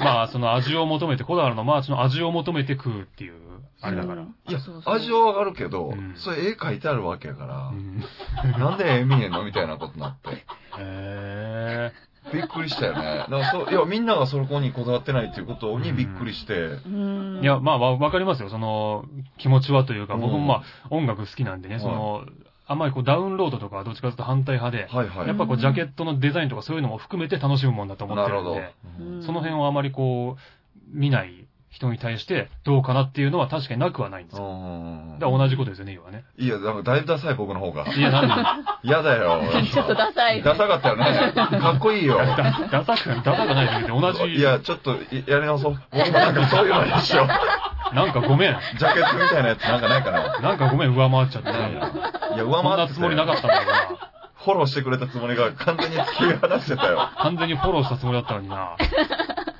[SPEAKER 1] まあ、その味を求めて、コアラのマーチの味を求めて食うっていう、あれだから。
[SPEAKER 3] うん
[SPEAKER 2] いや
[SPEAKER 3] そう、そう
[SPEAKER 2] 味はわかるけど
[SPEAKER 1] うん、
[SPEAKER 2] それ絵描いてあるわけやか
[SPEAKER 1] うん
[SPEAKER 2] ら、なんで絵見えんのみたいなことにな って。
[SPEAKER 1] へえ。
[SPEAKER 2] びっくりしたよね。だからそう、いや、みんながそこにこだわってないっていうことにびっくりして、
[SPEAKER 3] うん。
[SPEAKER 1] いや、まあ、わわかりますよ。その、気持ちはというか、僕も
[SPEAKER 2] うん
[SPEAKER 1] まあ、音楽好きなんでね、その、あんまりこうダウンロードとかはどっちかというと反対派で、
[SPEAKER 2] はいはい。
[SPEAKER 1] やっぱこうジャケットのデザインとかそういうのも含めて楽しむもんだと思っ
[SPEAKER 2] な
[SPEAKER 1] て
[SPEAKER 2] る
[SPEAKER 1] る
[SPEAKER 2] ほ
[SPEAKER 1] の
[SPEAKER 2] ど。
[SPEAKER 1] で、その辺をあまりこう、見ない人に対してどうかなっていうのは確かになくはないんですよ。
[SPEAKER 2] うん
[SPEAKER 1] だから同じことですよね、要はね。
[SPEAKER 2] いや、なんかだいぶダサい僕の方が。
[SPEAKER 1] いや、なんで、
[SPEAKER 2] 嫌だよ。
[SPEAKER 3] ちょっとダサい。
[SPEAKER 2] ダサかったよね。かっこいいよ。
[SPEAKER 1] だダサくない、ダサくないと同じ、
[SPEAKER 2] いや、ちょっといやり直そう。僕もなんかそういうのにしよう。
[SPEAKER 1] なんかごめん。
[SPEAKER 2] ジャケットみたいなやつなんかないかな。
[SPEAKER 1] なんかごめん、上回っちゃって。
[SPEAKER 2] ないないや、上
[SPEAKER 1] そん
[SPEAKER 2] 回っ
[SPEAKER 1] な
[SPEAKER 2] て
[SPEAKER 1] つもりなかったんだから。
[SPEAKER 2] フォローしてくれたつもりが完全に突き放してたよ。
[SPEAKER 1] 完全にフォローしたつもりだったのにな。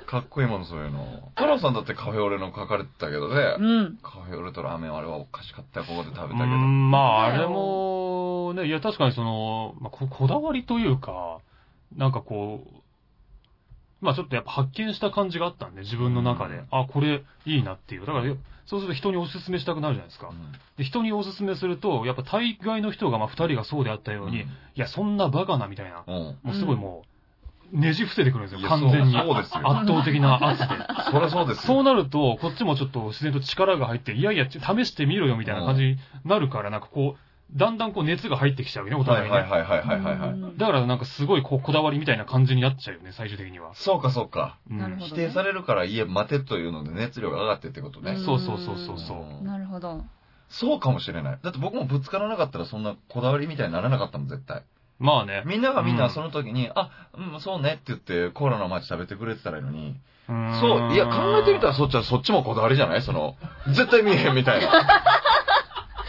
[SPEAKER 2] かっこいいもの、そういうの。太郎さんだってカフェオレの書かれてたけどね。
[SPEAKER 3] うん。
[SPEAKER 2] カフェオレとラーメン、あれはおかしかったよ、ここで食
[SPEAKER 1] う
[SPEAKER 2] べ
[SPEAKER 1] ー
[SPEAKER 2] たけど。
[SPEAKER 1] ん、まあ、あれも、ね、いや、確かにその、まあ、ここだわりというか、なんかこう、まあちょっとやっぱ発見した感じがあったんで、自分の中で
[SPEAKER 2] うん。
[SPEAKER 1] あ、これいいなっていう。だから、そうすると人におすすめしたくなるじゃないですか。で、人におすすめすると、やっぱ大概の人が、まあ二人がそうであったように、いや、そんなバカなみたいな。
[SPEAKER 2] うん。うん。
[SPEAKER 1] もうすごいもう、ねじ伏せてくるんです
[SPEAKER 2] い
[SPEAKER 1] よ、
[SPEAKER 2] や
[SPEAKER 1] 完全に。
[SPEAKER 2] そうそうで
[SPEAKER 1] 圧
[SPEAKER 2] すよ
[SPEAKER 1] 倒的な圧で。
[SPEAKER 2] そりゃそうですよ。
[SPEAKER 1] そうなると、こっちもちょっと自然と力が入って、いやいや、ちょ試してみろよみたいな感じになるから、なんかこう、だんだんこう熱が入ってきちゃうよね、お
[SPEAKER 2] は
[SPEAKER 1] 互
[SPEAKER 2] い
[SPEAKER 1] い
[SPEAKER 2] は
[SPEAKER 1] ね
[SPEAKER 2] い。はいはいはいはいはい。
[SPEAKER 1] だからなんかすごいこうこだわりみたいな感じになっちゃうよね、最終的には。
[SPEAKER 2] そうかそうか。
[SPEAKER 1] うん
[SPEAKER 3] なるほど
[SPEAKER 2] 否定されるから、いえ、待てというので熱量が上がってってことね。
[SPEAKER 1] そうそうそうそうそう。
[SPEAKER 2] うん
[SPEAKER 3] なるほど。
[SPEAKER 2] そうかもしれない。だって僕もぶつからなかったらそんなこだわりみたいにならなかったもん、絶対。
[SPEAKER 1] まあね。
[SPEAKER 2] みんながみん
[SPEAKER 1] う
[SPEAKER 2] なんその時に、あ、うん、そうねって言ってコーラの街食べてくれてたらいいのに。
[SPEAKER 1] そ
[SPEAKER 2] そう、いや、考えてみたらそっちはそっちもこだわりじゃないその、絶対見えへんみたい な。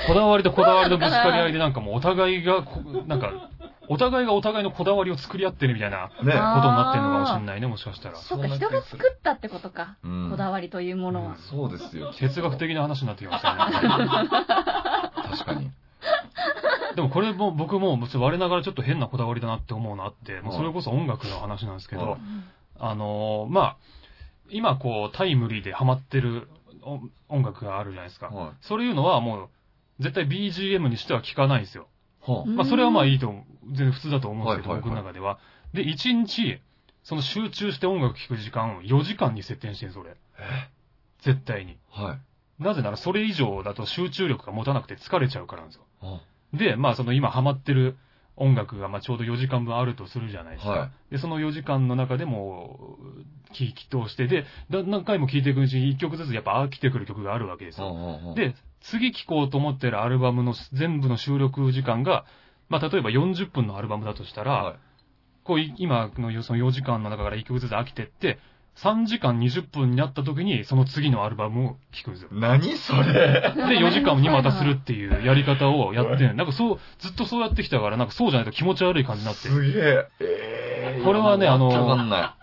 [SPEAKER 1] こだわりとこだわりのぶつかり合いで、なんかもうお互いがこ、なんか、お互いがお互いのこだわりを作り合ってるみたいなこと
[SPEAKER 2] ね。
[SPEAKER 1] になってるのかもしれないね、もしかしたら。
[SPEAKER 3] そっか、人が作ったってことか。
[SPEAKER 2] うん
[SPEAKER 3] こだわりというものは。
[SPEAKER 2] そうですよ。
[SPEAKER 1] 哲学的な話になってきました ね。
[SPEAKER 2] 確かに。
[SPEAKER 1] でもこれも僕も我ながらちょっと変なこだわりだなって思うのあって、もう
[SPEAKER 2] はい
[SPEAKER 1] それこそ音楽の話なんですけ
[SPEAKER 2] は
[SPEAKER 1] ど
[SPEAKER 2] い、
[SPEAKER 1] あのーまあ、今こうタイムリーでハマってるお音楽があるじゃないですか。
[SPEAKER 2] は
[SPEAKER 1] そういうのはもう絶対 BGM にしては聴かないんですよ。
[SPEAKER 2] い。は
[SPEAKER 3] うん
[SPEAKER 1] まあそれはまあいいと思う、全然普通だと思うんですけど、
[SPEAKER 2] はいはい
[SPEAKER 1] 僕
[SPEAKER 2] はい
[SPEAKER 1] の中では。で、1日、その集中して音楽聴く時間を4時間に設定してるんです、俺。絶対に。
[SPEAKER 2] あはい。
[SPEAKER 1] なぜならそれ以上だと集中力が持たなくて疲れちゃうからなんですよ。
[SPEAKER 2] は
[SPEAKER 1] で、まあその今ハマってる音楽がまあちょうど4時間分あるとするじゃないですか。
[SPEAKER 2] は
[SPEAKER 1] で、その4時間の中でも、聴き通して、で、だ何回も聴いていくうちに1曲ずつやっぱ飽きてくる曲があるわけです
[SPEAKER 2] い。
[SPEAKER 1] よ。
[SPEAKER 2] うんうんうん、
[SPEAKER 1] で、次聴こうと思ってるアルバムの全部の収録時間が、まあ例えば40分のアルバムだとしたら、
[SPEAKER 2] は
[SPEAKER 1] こうい今のその4時間の中から1曲ずつ飽きてって、3時間20分になった時にその次のアルバムを聴くんですよ。
[SPEAKER 2] い。何それ
[SPEAKER 1] で、4時間にまたするっていうやり方をやってん、なんかそう、ずっとそうやってきたから、なんかそうじゃないと気持ち悪い感じになって。
[SPEAKER 2] すげえ。えー
[SPEAKER 1] これはねあの
[SPEAKER 2] わかんな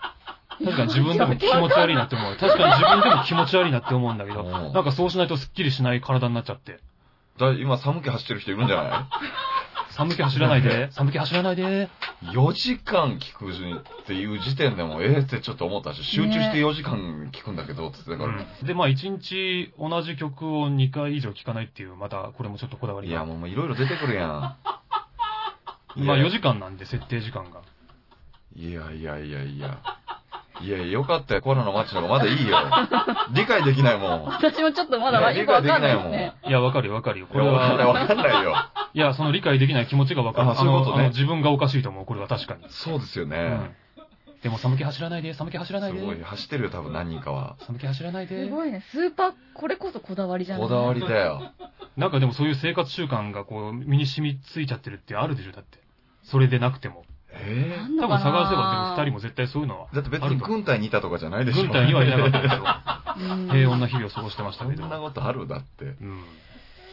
[SPEAKER 1] 確かに自分でも気持ち悪いなって思う。確かに自分でも気持ち悪いなって思うんだけど、
[SPEAKER 2] うん
[SPEAKER 1] なんかそうしないとスッキリしない体になっちゃって。
[SPEAKER 2] い。だ今寒気走ってる人いるんじゃない
[SPEAKER 1] 寒気走らないで、寒気走らないで。
[SPEAKER 2] 4時間聞くっていう時点でもええってちょっと思ったし、集中して4時間聞くんだけどって言ってたから、
[SPEAKER 1] で、まあ一日同じ曲を2回以上聴かないっていう、またこれもちょっとこだわり
[SPEAKER 2] いや
[SPEAKER 1] が。
[SPEAKER 2] もうもういろいろ出てくるやん。
[SPEAKER 1] まあ4
[SPEAKER 2] 時
[SPEAKER 1] 時間なんで、設定時間が。
[SPEAKER 2] いやいやいやいや。いや、よかったよ。コロナの街の方がまだい いよ。理解できないもん。
[SPEAKER 3] 私もちょっとまだ
[SPEAKER 2] いや
[SPEAKER 3] よくわかんないで
[SPEAKER 2] 理
[SPEAKER 3] す
[SPEAKER 2] 解できない
[SPEAKER 3] ね。
[SPEAKER 1] いや、わかるよ、わかるよ。こ
[SPEAKER 2] いや
[SPEAKER 1] れ
[SPEAKER 2] わかんない、
[SPEAKER 1] は、
[SPEAKER 2] わかんないよ。
[SPEAKER 1] いや、その理解できない気持ちがわかる。
[SPEAKER 2] あそういうことね
[SPEAKER 1] のの自分がおかしいと思う、これは確かに。
[SPEAKER 2] そうですよ
[SPEAKER 1] う
[SPEAKER 2] ね
[SPEAKER 1] ん。でも寒気走らないで、寒気走らない
[SPEAKER 2] す
[SPEAKER 1] で。
[SPEAKER 2] ごい。走ってるよ、多分何人かは。
[SPEAKER 1] 寒気走らない
[SPEAKER 3] す
[SPEAKER 1] で。
[SPEAKER 3] ごいね。スーパー、これこそこだわりじゃない
[SPEAKER 2] こだわりだよ。
[SPEAKER 1] なんかでもそういう生活習慣がこう、身に染みついちゃってるってあるでしょ、だって。それでなくても。
[SPEAKER 2] え
[SPEAKER 3] な
[SPEAKER 2] え
[SPEAKER 3] んの
[SPEAKER 1] 多
[SPEAKER 3] かな
[SPEAKER 1] 分探せば、でも二人も絶対そういうのは。
[SPEAKER 2] だって別に軍隊にいたとかじゃないでしょ。
[SPEAKER 1] 軍隊にはいなかったけど、
[SPEAKER 3] うん
[SPEAKER 1] 平穏な日々を過ごしてました
[SPEAKER 2] そ
[SPEAKER 1] けど
[SPEAKER 2] ん。なことあるだって。
[SPEAKER 1] うん。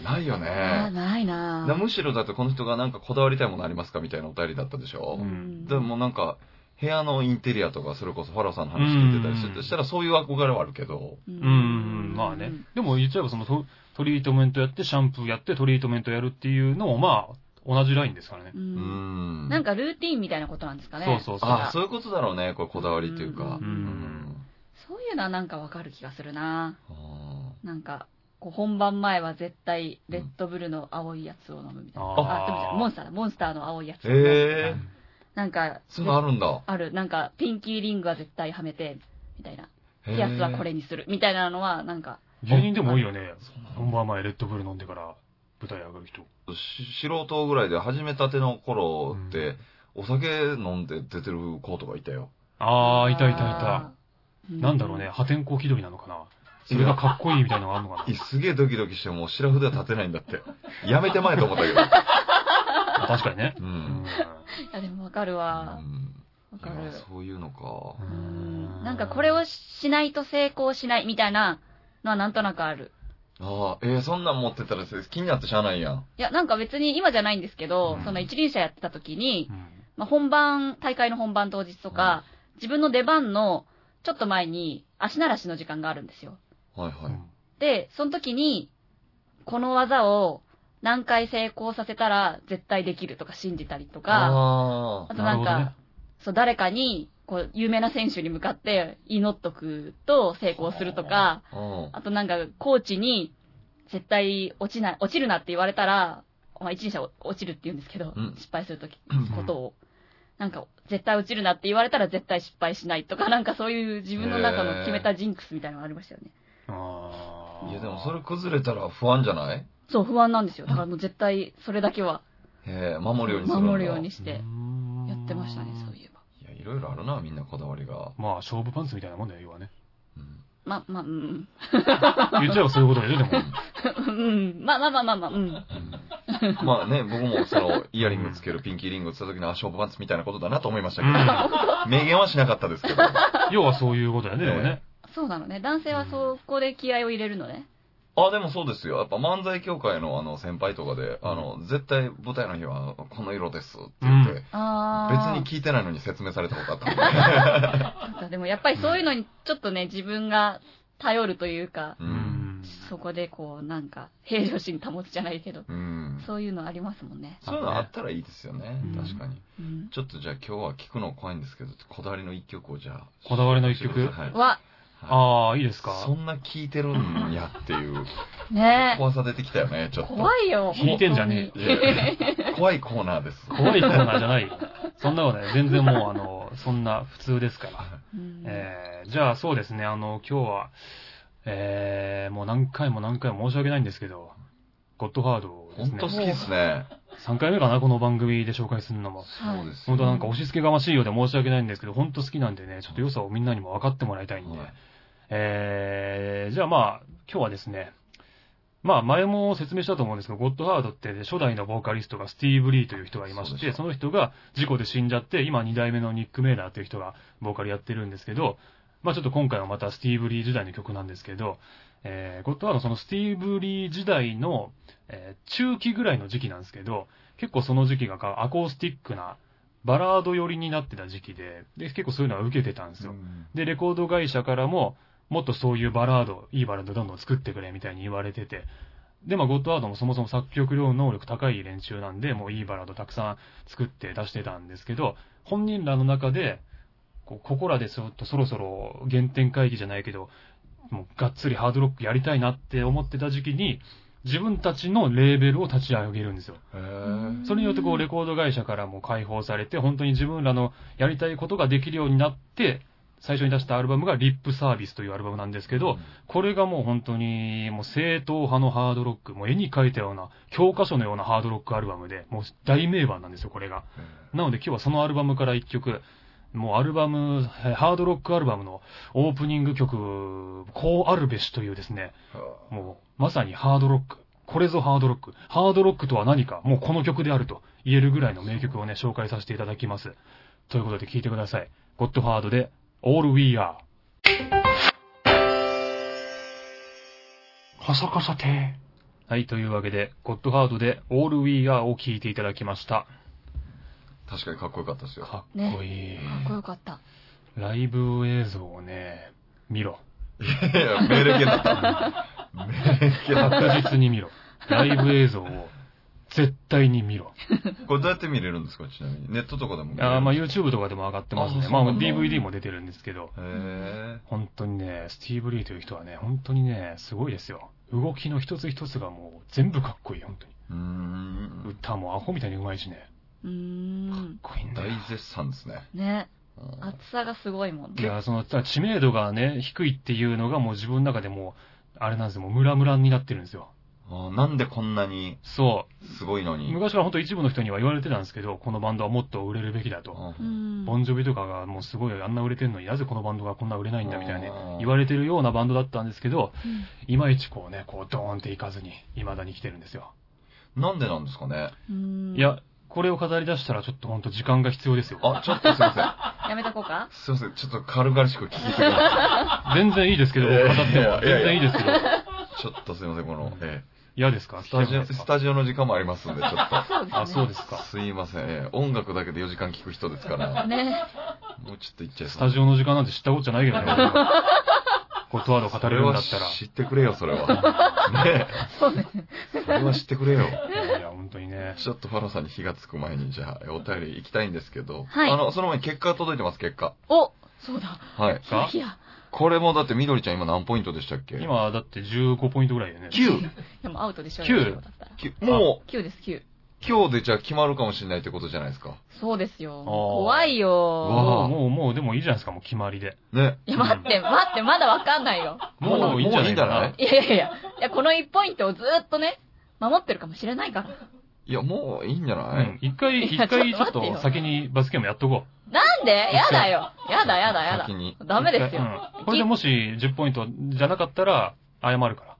[SPEAKER 2] ないよ
[SPEAKER 3] あ
[SPEAKER 2] ね。
[SPEAKER 3] ないな
[SPEAKER 2] だむしろだってこの人がなんかこだわりたいものありますかみたいなお便りだったでしょ
[SPEAKER 1] う。ん
[SPEAKER 2] でもなんか、部屋のインテリアとか、それこそファラオさんの話聞いてたりする
[SPEAKER 1] う
[SPEAKER 2] と
[SPEAKER 1] ん
[SPEAKER 2] したら、そういう憧れはあるけど、
[SPEAKER 3] う
[SPEAKER 1] うんうん、まあね。でも言っちゃえばそのトトリートメントやって、シャンプーやって、トリートメントやるっていうのも、まあ、同じラインですからね
[SPEAKER 3] う。
[SPEAKER 2] うんん。
[SPEAKER 3] なんかルーティンみたいなことなんですかね。
[SPEAKER 1] そうそうそう。
[SPEAKER 2] あ、そういうことだろうね、これこだわりっていうか
[SPEAKER 1] う。。
[SPEAKER 2] うんん
[SPEAKER 3] そういうのはなんかわかる気がするな
[SPEAKER 2] あ
[SPEAKER 3] なんか、こう本番前は絶対、レッドブルの青いやつを飲むみたいな。
[SPEAKER 1] あー
[SPEAKER 3] あ、でもじゃあモンスターだ。モンスターの青いやつ
[SPEAKER 2] ー
[SPEAKER 3] を飲む。
[SPEAKER 2] へえ、
[SPEAKER 3] なんか、
[SPEAKER 2] そういうのあるんだ。
[SPEAKER 3] ある。なんか、ピンキーリングは絶対はめて、みたいな。
[SPEAKER 2] へー
[SPEAKER 3] ピアスはこ。れにする。みたいなのは、なんか、
[SPEAKER 1] 芸人でも多いよね
[SPEAKER 2] そうな。の
[SPEAKER 1] 本番前、レッドブル飲んでから、舞台上がる人。
[SPEAKER 2] し素人ぐらいで始めたての頃って、お酒飲んで出てる子とかいたよ。
[SPEAKER 1] ああ、いたいたいた。
[SPEAKER 3] う
[SPEAKER 1] なんだろうね、。破天荒気取りなのかな。それがかっこいいみたいなのがあるのか
[SPEAKER 2] いすげえドキドキしてもう白筆は立てないんだって。やめてまえと思ったけど。
[SPEAKER 1] な。確かにね。
[SPEAKER 2] う。
[SPEAKER 1] うん
[SPEAKER 3] いや、でもわかるわ
[SPEAKER 2] う。ん
[SPEAKER 3] わか
[SPEAKER 2] いや
[SPEAKER 3] る。
[SPEAKER 2] そういうのか。
[SPEAKER 3] うん
[SPEAKER 1] ん。
[SPEAKER 3] なんかこれ
[SPEAKER 1] を、
[SPEAKER 3] をしないと成功しないみたいなのはなんとなくある。
[SPEAKER 2] ああ、えー、そんなん持ってたら気になってしゃあないやん。
[SPEAKER 3] いや、なんか別に今じゃないんですけど、
[SPEAKER 2] うん
[SPEAKER 3] その一輪車やってた時に
[SPEAKER 1] う、ん
[SPEAKER 3] まあ、本番、大会の本番当日とか、自分の出番のちょっと前に足慣らしの時間があるんですよ。
[SPEAKER 2] はいはい。
[SPEAKER 3] で、その時に、この技を何回成功させたら絶対できるとか信じたりとか、
[SPEAKER 2] あ
[SPEAKER 3] あ
[SPEAKER 2] あ。
[SPEAKER 3] となん
[SPEAKER 1] なるほ
[SPEAKER 3] か、
[SPEAKER 1] どね
[SPEAKER 3] そう、誰かに、こう、有名な選手に向かって祈っとくと成功するとか、
[SPEAKER 2] うん。
[SPEAKER 3] あとなんか、コーチに、絶対落ちない、落ちるなって言われたら、まあ、一輪車お落ちるって言うんですけど、
[SPEAKER 2] うん
[SPEAKER 3] 失敗するとき
[SPEAKER 2] うん、
[SPEAKER 3] ことを。なんか、絶対落ちるなって言われたら絶対失敗しないとか、なん かそういう自分の中の決めたジンクスみたいなのがありましたよね。
[SPEAKER 1] ああ。
[SPEAKER 2] いやでもそれ崩れたら不安じゃない
[SPEAKER 3] そう、不安なんですよ。だからもう絶対、それだけは
[SPEAKER 2] ええ、守るようにするんだ
[SPEAKER 3] 守るようにして、
[SPEAKER 1] や
[SPEAKER 3] やってましたね、そういえば。
[SPEAKER 2] いや、いろいろあるな、みんなこだわりが。
[SPEAKER 1] まあ、勝負パンツみたいなもんだよ、要はね。
[SPEAKER 2] うん
[SPEAKER 3] ま、ま、うん。
[SPEAKER 1] 言っちゃえばそういうことだよね、でも。
[SPEAKER 3] うん。まあまあまあまあまあ、うん。
[SPEAKER 2] うんまあね、僕もその、イヤリングつける、ピンキーリングつけた時のアショーパンツみたいなことだなと思いましたけど、明言はしなかったですけど。あ、
[SPEAKER 1] 要はそういうことだよね、でもね。
[SPEAKER 3] そうなのね。男性はそこで気合を入れるのね。
[SPEAKER 2] でもそうですよ。やっぱ漫才協会のあの先輩とかで、あの、絶対舞台の日はこの色ですって言って、別
[SPEAKER 3] ああ。
[SPEAKER 2] に聞いてないのに説明されたことあったも
[SPEAKER 3] なんかでもやっぱりそういうのにちょっとね、自分が頼るというか、
[SPEAKER 1] うん
[SPEAKER 2] ね。
[SPEAKER 1] ん。
[SPEAKER 3] そこでこうなんか平常心保つじゃないけど、
[SPEAKER 2] うん。うん。
[SPEAKER 3] そういうのありますもんね。
[SPEAKER 2] そういうのあったらいいですよね
[SPEAKER 1] うん。
[SPEAKER 2] 確かに。
[SPEAKER 3] うん、
[SPEAKER 2] ちょっとじゃあ今日は聞くの怖いんですけど、こだわりの一曲をじゃあ。
[SPEAKER 1] こだわりの一曲
[SPEAKER 2] はい。
[SPEAKER 3] わ、
[SPEAKER 1] ああ、いいですか
[SPEAKER 2] そんな聞いてるんやっていう
[SPEAKER 3] ね
[SPEAKER 2] 怖さ出てきたよね、ち
[SPEAKER 3] え
[SPEAKER 2] ょ。っと。
[SPEAKER 3] 怖いよ。
[SPEAKER 1] 聞いてんじゃね
[SPEAKER 3] え。
[SPEAKER 2] いやいや怖いコーナーです。
[SPEAKER 1] 怖いコーナーじゃないよ。そんなことない。全然もう、あの、そんな普通ですから。
[SPEAKER 3] うん
[SPEAKER 1] えー、じゃあそうですね、あの、今日は、えー、もう何回も何回も申し訳ないんですけど、ゴッドハードをで
[SPEAKER 2] 本
[SPEAKER 1] す
[SPEAKER 2] 当好きですね。
[SPEAKER 1] 3回目かな、この番組で紹介するのも。
[SPEAKER 3] はい
[SPEAKER 2] そうですよ
[SPEAKER 1] 本当なんか押し付けがましいようで申し訳ないんですけど、本当好きなんでね、ちょっと良さをみんなにも分かってもらいたいんで。
[SPEAKER 2] はい
[SPEAKER 1] えー、じゃあまあ、今日はですね、まあ前も説明したと思うんですけど、ゴッドハードって初代のボーカリストがスティーブ・リーという人がいまし
[SPEAKER 2] そう
[SPEAKER 1] て、
[SPEAKER 2] で
[SPEAKER 1] そ
[SPEAKER 2] した
[SPEAKER 1] の人が事故で死んじゃって、今2代目のニック・メーラーという人がボーカルやってるんですけど、まあちょっと今回はまたスティーブ・リー時代の曲なんですけど、えー、ゴッドハードそのスティーブ・リー時代の、えー中期ぐらいの時期なんですけど、結構その時期がかアコースティックなバラード寄りになってた時期で、で、結構そういうのは受けてたんですよ。で、レコード会社からも、もっとそういうバラード、いいバラードどんどん作ってくれみたいに言われてて、で、まあ、ゴッドアードもそもそも作曲量能力高い連中なんで、もういいバラードたくさん作って出してたんですけど、本人らの中で、こうここらでちょっとそろそろ原点回帰じゃないけど、もうがっつりハードロックやりたいなって思ってた時期に、自分たちのレーベルを立ち上げるんですよ。
[SPEAKER 2] へー
[SPEAKER 1] それによってこうレコード会社からも解放されて、本当に自分らのやりたいことができるようになって、最初に出したアルバムがリップサービスというアルバムなんですけど、これがもう本当にもう正統派のハードロック、もう絵に描いたような教科書のようなハードロックアルバムで、もう大名盤なんですよ、これが。なので今日はそのアルバムから一曲、もうアルバム、えハードロックアルバムのオープニング曲、こうあるべしというですね、もう、まさにハードロック。これぞハードロック。ハードロックとは何か、もうこの曲であると言えるぐらいの名曲をね、紹介させていただきます。ということで聴いてください。ゴッドハードで、All We Are。カサカサて。はい、というわけで、ゴッドハードで、All We Are を聴いていただきました。
[SPEAKER 2] 確かにかっこよかったですよ。
[SPEAKER 1] かっこいい。
[SPEAKER 3] かっこよかった。
[SPEAKER 1] ライブ映像をね、見ろ。
[SPEAKER 2] いや、命令系だった。命令系だった。
[SPEAKER 1] 確実に見ろ。ライブ映像を、絶対に見ろ。
[SPEAKER 2] これどうやって見れるんですかちなみに。ネットとかでも見れる
[SPEAKER 1] あーまあ YouTube とかでも上がってます
[SPEAKER 2] あ
[SPEAKER 1] ね。
[SPEAKER 2] そう
[SPEAKER 1] まあ
[SPEAKER 2] なんだ
[SPEAKER 1] DVD も出てるんですけど、
[SPEAKER 2] へ
[SPEAKER 1] 本当にね、スティーブ・リーという人はね、本当にね、すごいですよ。動きの一つ一つがもう全部かっこいい、本当に。
[SPEAKER 2] ーうーん。
[SPEAKER 1] 歌もアホみたいにうまいしね。
[SPEAKER 3] うーん。
[SPEAKER 1] かっこいいんだ
[SPEAKER 2] 大
[SPEAKER 1] よ。
[SPEAKER 2] 絶賛ですね。
[SPEAKER 3] ね、
[SPEAKER 2] うん
[SPEAKER 3] 厚さがすごいもん
[SPEAKER 1] い
[SPEAKER 3] ね。
[SPEAKER 1] や、その、ただ知名度がね、低いっていうのがもう自分の中でもう、あれなんですよ、もうムラムラになってるんですよ。
[SPEAKER 2] あーなんでこんなに
[SPEAKER 1] そ
[SPEAKER 2] すごいの
[SPEAKER 1] う。
[SPEAKER 2] に。
[SPEAKER 1] 昔から本当一部の人には言われてたんですけど、このバンドはもっと売れるべきだと。
[SPEAKER 2] う
[SPEAKER 3] うんん
[SPEAKER 1] ボンジョビとかがもうすごいあんな売れてんのになぜこのバンドがこんな売れないんだみたい
[SPEAKER 2] あ
[SPEAKER 1] な
[SPEAKER 2] ー
[SPEAKER 1] 言われてるようなバンドだったんですけど、
[SPEAKER 3] うん
[SPEAKER 1] いまいちこうね、こうドーンっていかずに、未だに来てるんですよ。
[SPEAKER 2] なんでなんですかね。
[SPEAKER 3] うん
[SPEAKER 1] いや、これを語り出したらちょっとほんと時間が必要ですよ。
[SPEAKER 2] あ、ちょっとすいません。
[SPEAKER 3] やめとこうか
[SPEAKER 2] すいません。ちょっと軽々しく聞いてくださ
[SPEAKER 1] 全然いいですけど、
[SPEAKER 2] い
[SPEAKER 1] 語って
[SPEAKER 2] や
[SPEAKER 1] も
[SPEAKER 2] いや。
[SPEAKER 1] 全然いいですけど。
[SPEAKER 2] い。ちょっとすいません、この、え
[SPEAKER 1] 嫌ですか
[SPEAKER 2] えスタジオ、
[SPEAKER 1] 来てもらえますか
[SPEAKER 2] スタジオの時間もありますんで、ちょっと。
[SPEAKER 3] そうですね
[SPEAKER 1] あ、そうですか。
[SPEAKER 2] すいません、ええ音楽だけで4時間聞く人ですから、
[SPEAKER 3] ね
[SPEAKER 2] もうちょっと行っちゃい
[SPEAKER 1] ス
[SPEAKER 2] そ
[SPEAKER 1] タ
[SPEAKER 2] う
[SPEAKER 1] ジオの時間なんて知ったことじゃないけどね。俺はこう、とある語
[SPEAKER 2] そ
[SPEAKER 1] れる
[SPEAKER 2] れ
[SPEAKER 1] んだ
[SPEAKER 2] は
[SPEAKER 1] ったら。
[SPEAKER 2] 知ってくれよ、それ は。ね
[SPEAKER 3] そうですね
[SPEAKER 2] え、それは知ってくれよ。
[SPEAKER 1] いやいや、本当にね。
[SPEAKER 2] ちょっとファラさんに火がつく前に、じゃあ、お便り行きたいんですけど、
[SPEAKER 3] はい
[SPEAKER 2] あの、その前に結果届いてます、結果。
[SPEAKER 3] おそうだ
[SPEAKER 2] はい。
[SPEAKER 1] か
[SPEAKER 3] いやい
[SPEAKER 2] これもだって、みどりちゃん今何ポイントでしたっけ、
[SPEAKER 1] 今、だって15ポイントぐらいだよね。
[SPEAKER 2] 9!
[SPEAKER 3] やもうアウトでしょ
[SPEAKER 1] 九
[SPEAKER 2] きも
[SPEAKER 3] 9です9
[SPEAKER 2] う、今日でじゃあ決まるかもしれないってことじゃないですか。
[SPEAKER 3] そうですよ
[SPEAKER 1] ー
[SPEAKER 3] 怖い
[SPEAKER 2] わ
[SPEAKER 3] よ
[SPEAKER 1] も
[SPEAKER 2] あ
[SPEAKER 1] う、もう、もう、でもいいじゃないですか、もう決まりで。
[SPEAKER 2] ね。
[SPEAKER 3] いや待って待ってまだわかんないよ
[SPEAKER 1] もういいんじゃないか
[SPEAKER 2] もういいんじゃ
[SPEAKER 1] な
[SPEAKER 2] な。
[SPEAKER 1] い
[SPEAKER 3] いやいやいやいやこの1ポイントをずーっとね守ってるかもしれないから
[SPEAKER 2] いや、もういいんじゃ
[SPEAKER 1] う
[SPEAKER 2] ない、
[SPEAKER 1] ん。一回、
[SPEAKER 3] い
[SPEAKER 1] 一
[SPEAKER 3] や
[SPEAKER 1] 回、
[SPEAKER 3] ち
[SPEAKER 1] ちょ
[SPEAKER 3] ょっ
[SPEAKER 1] っ
[SPEAKER 3] と待ってよ
[SPEAKER 1] と先にバスケもやっとこ
[SPEAKER 3] なんでやだよやだやだや
[SPEAKER 2] 先に
[SPEAKER 3] だダメです
[SPEAKER 1] う。う
[SPEAKER 3] よ
[SPEAKER 1] ん。これでもし10ポイントじゃなかったら、謝るから。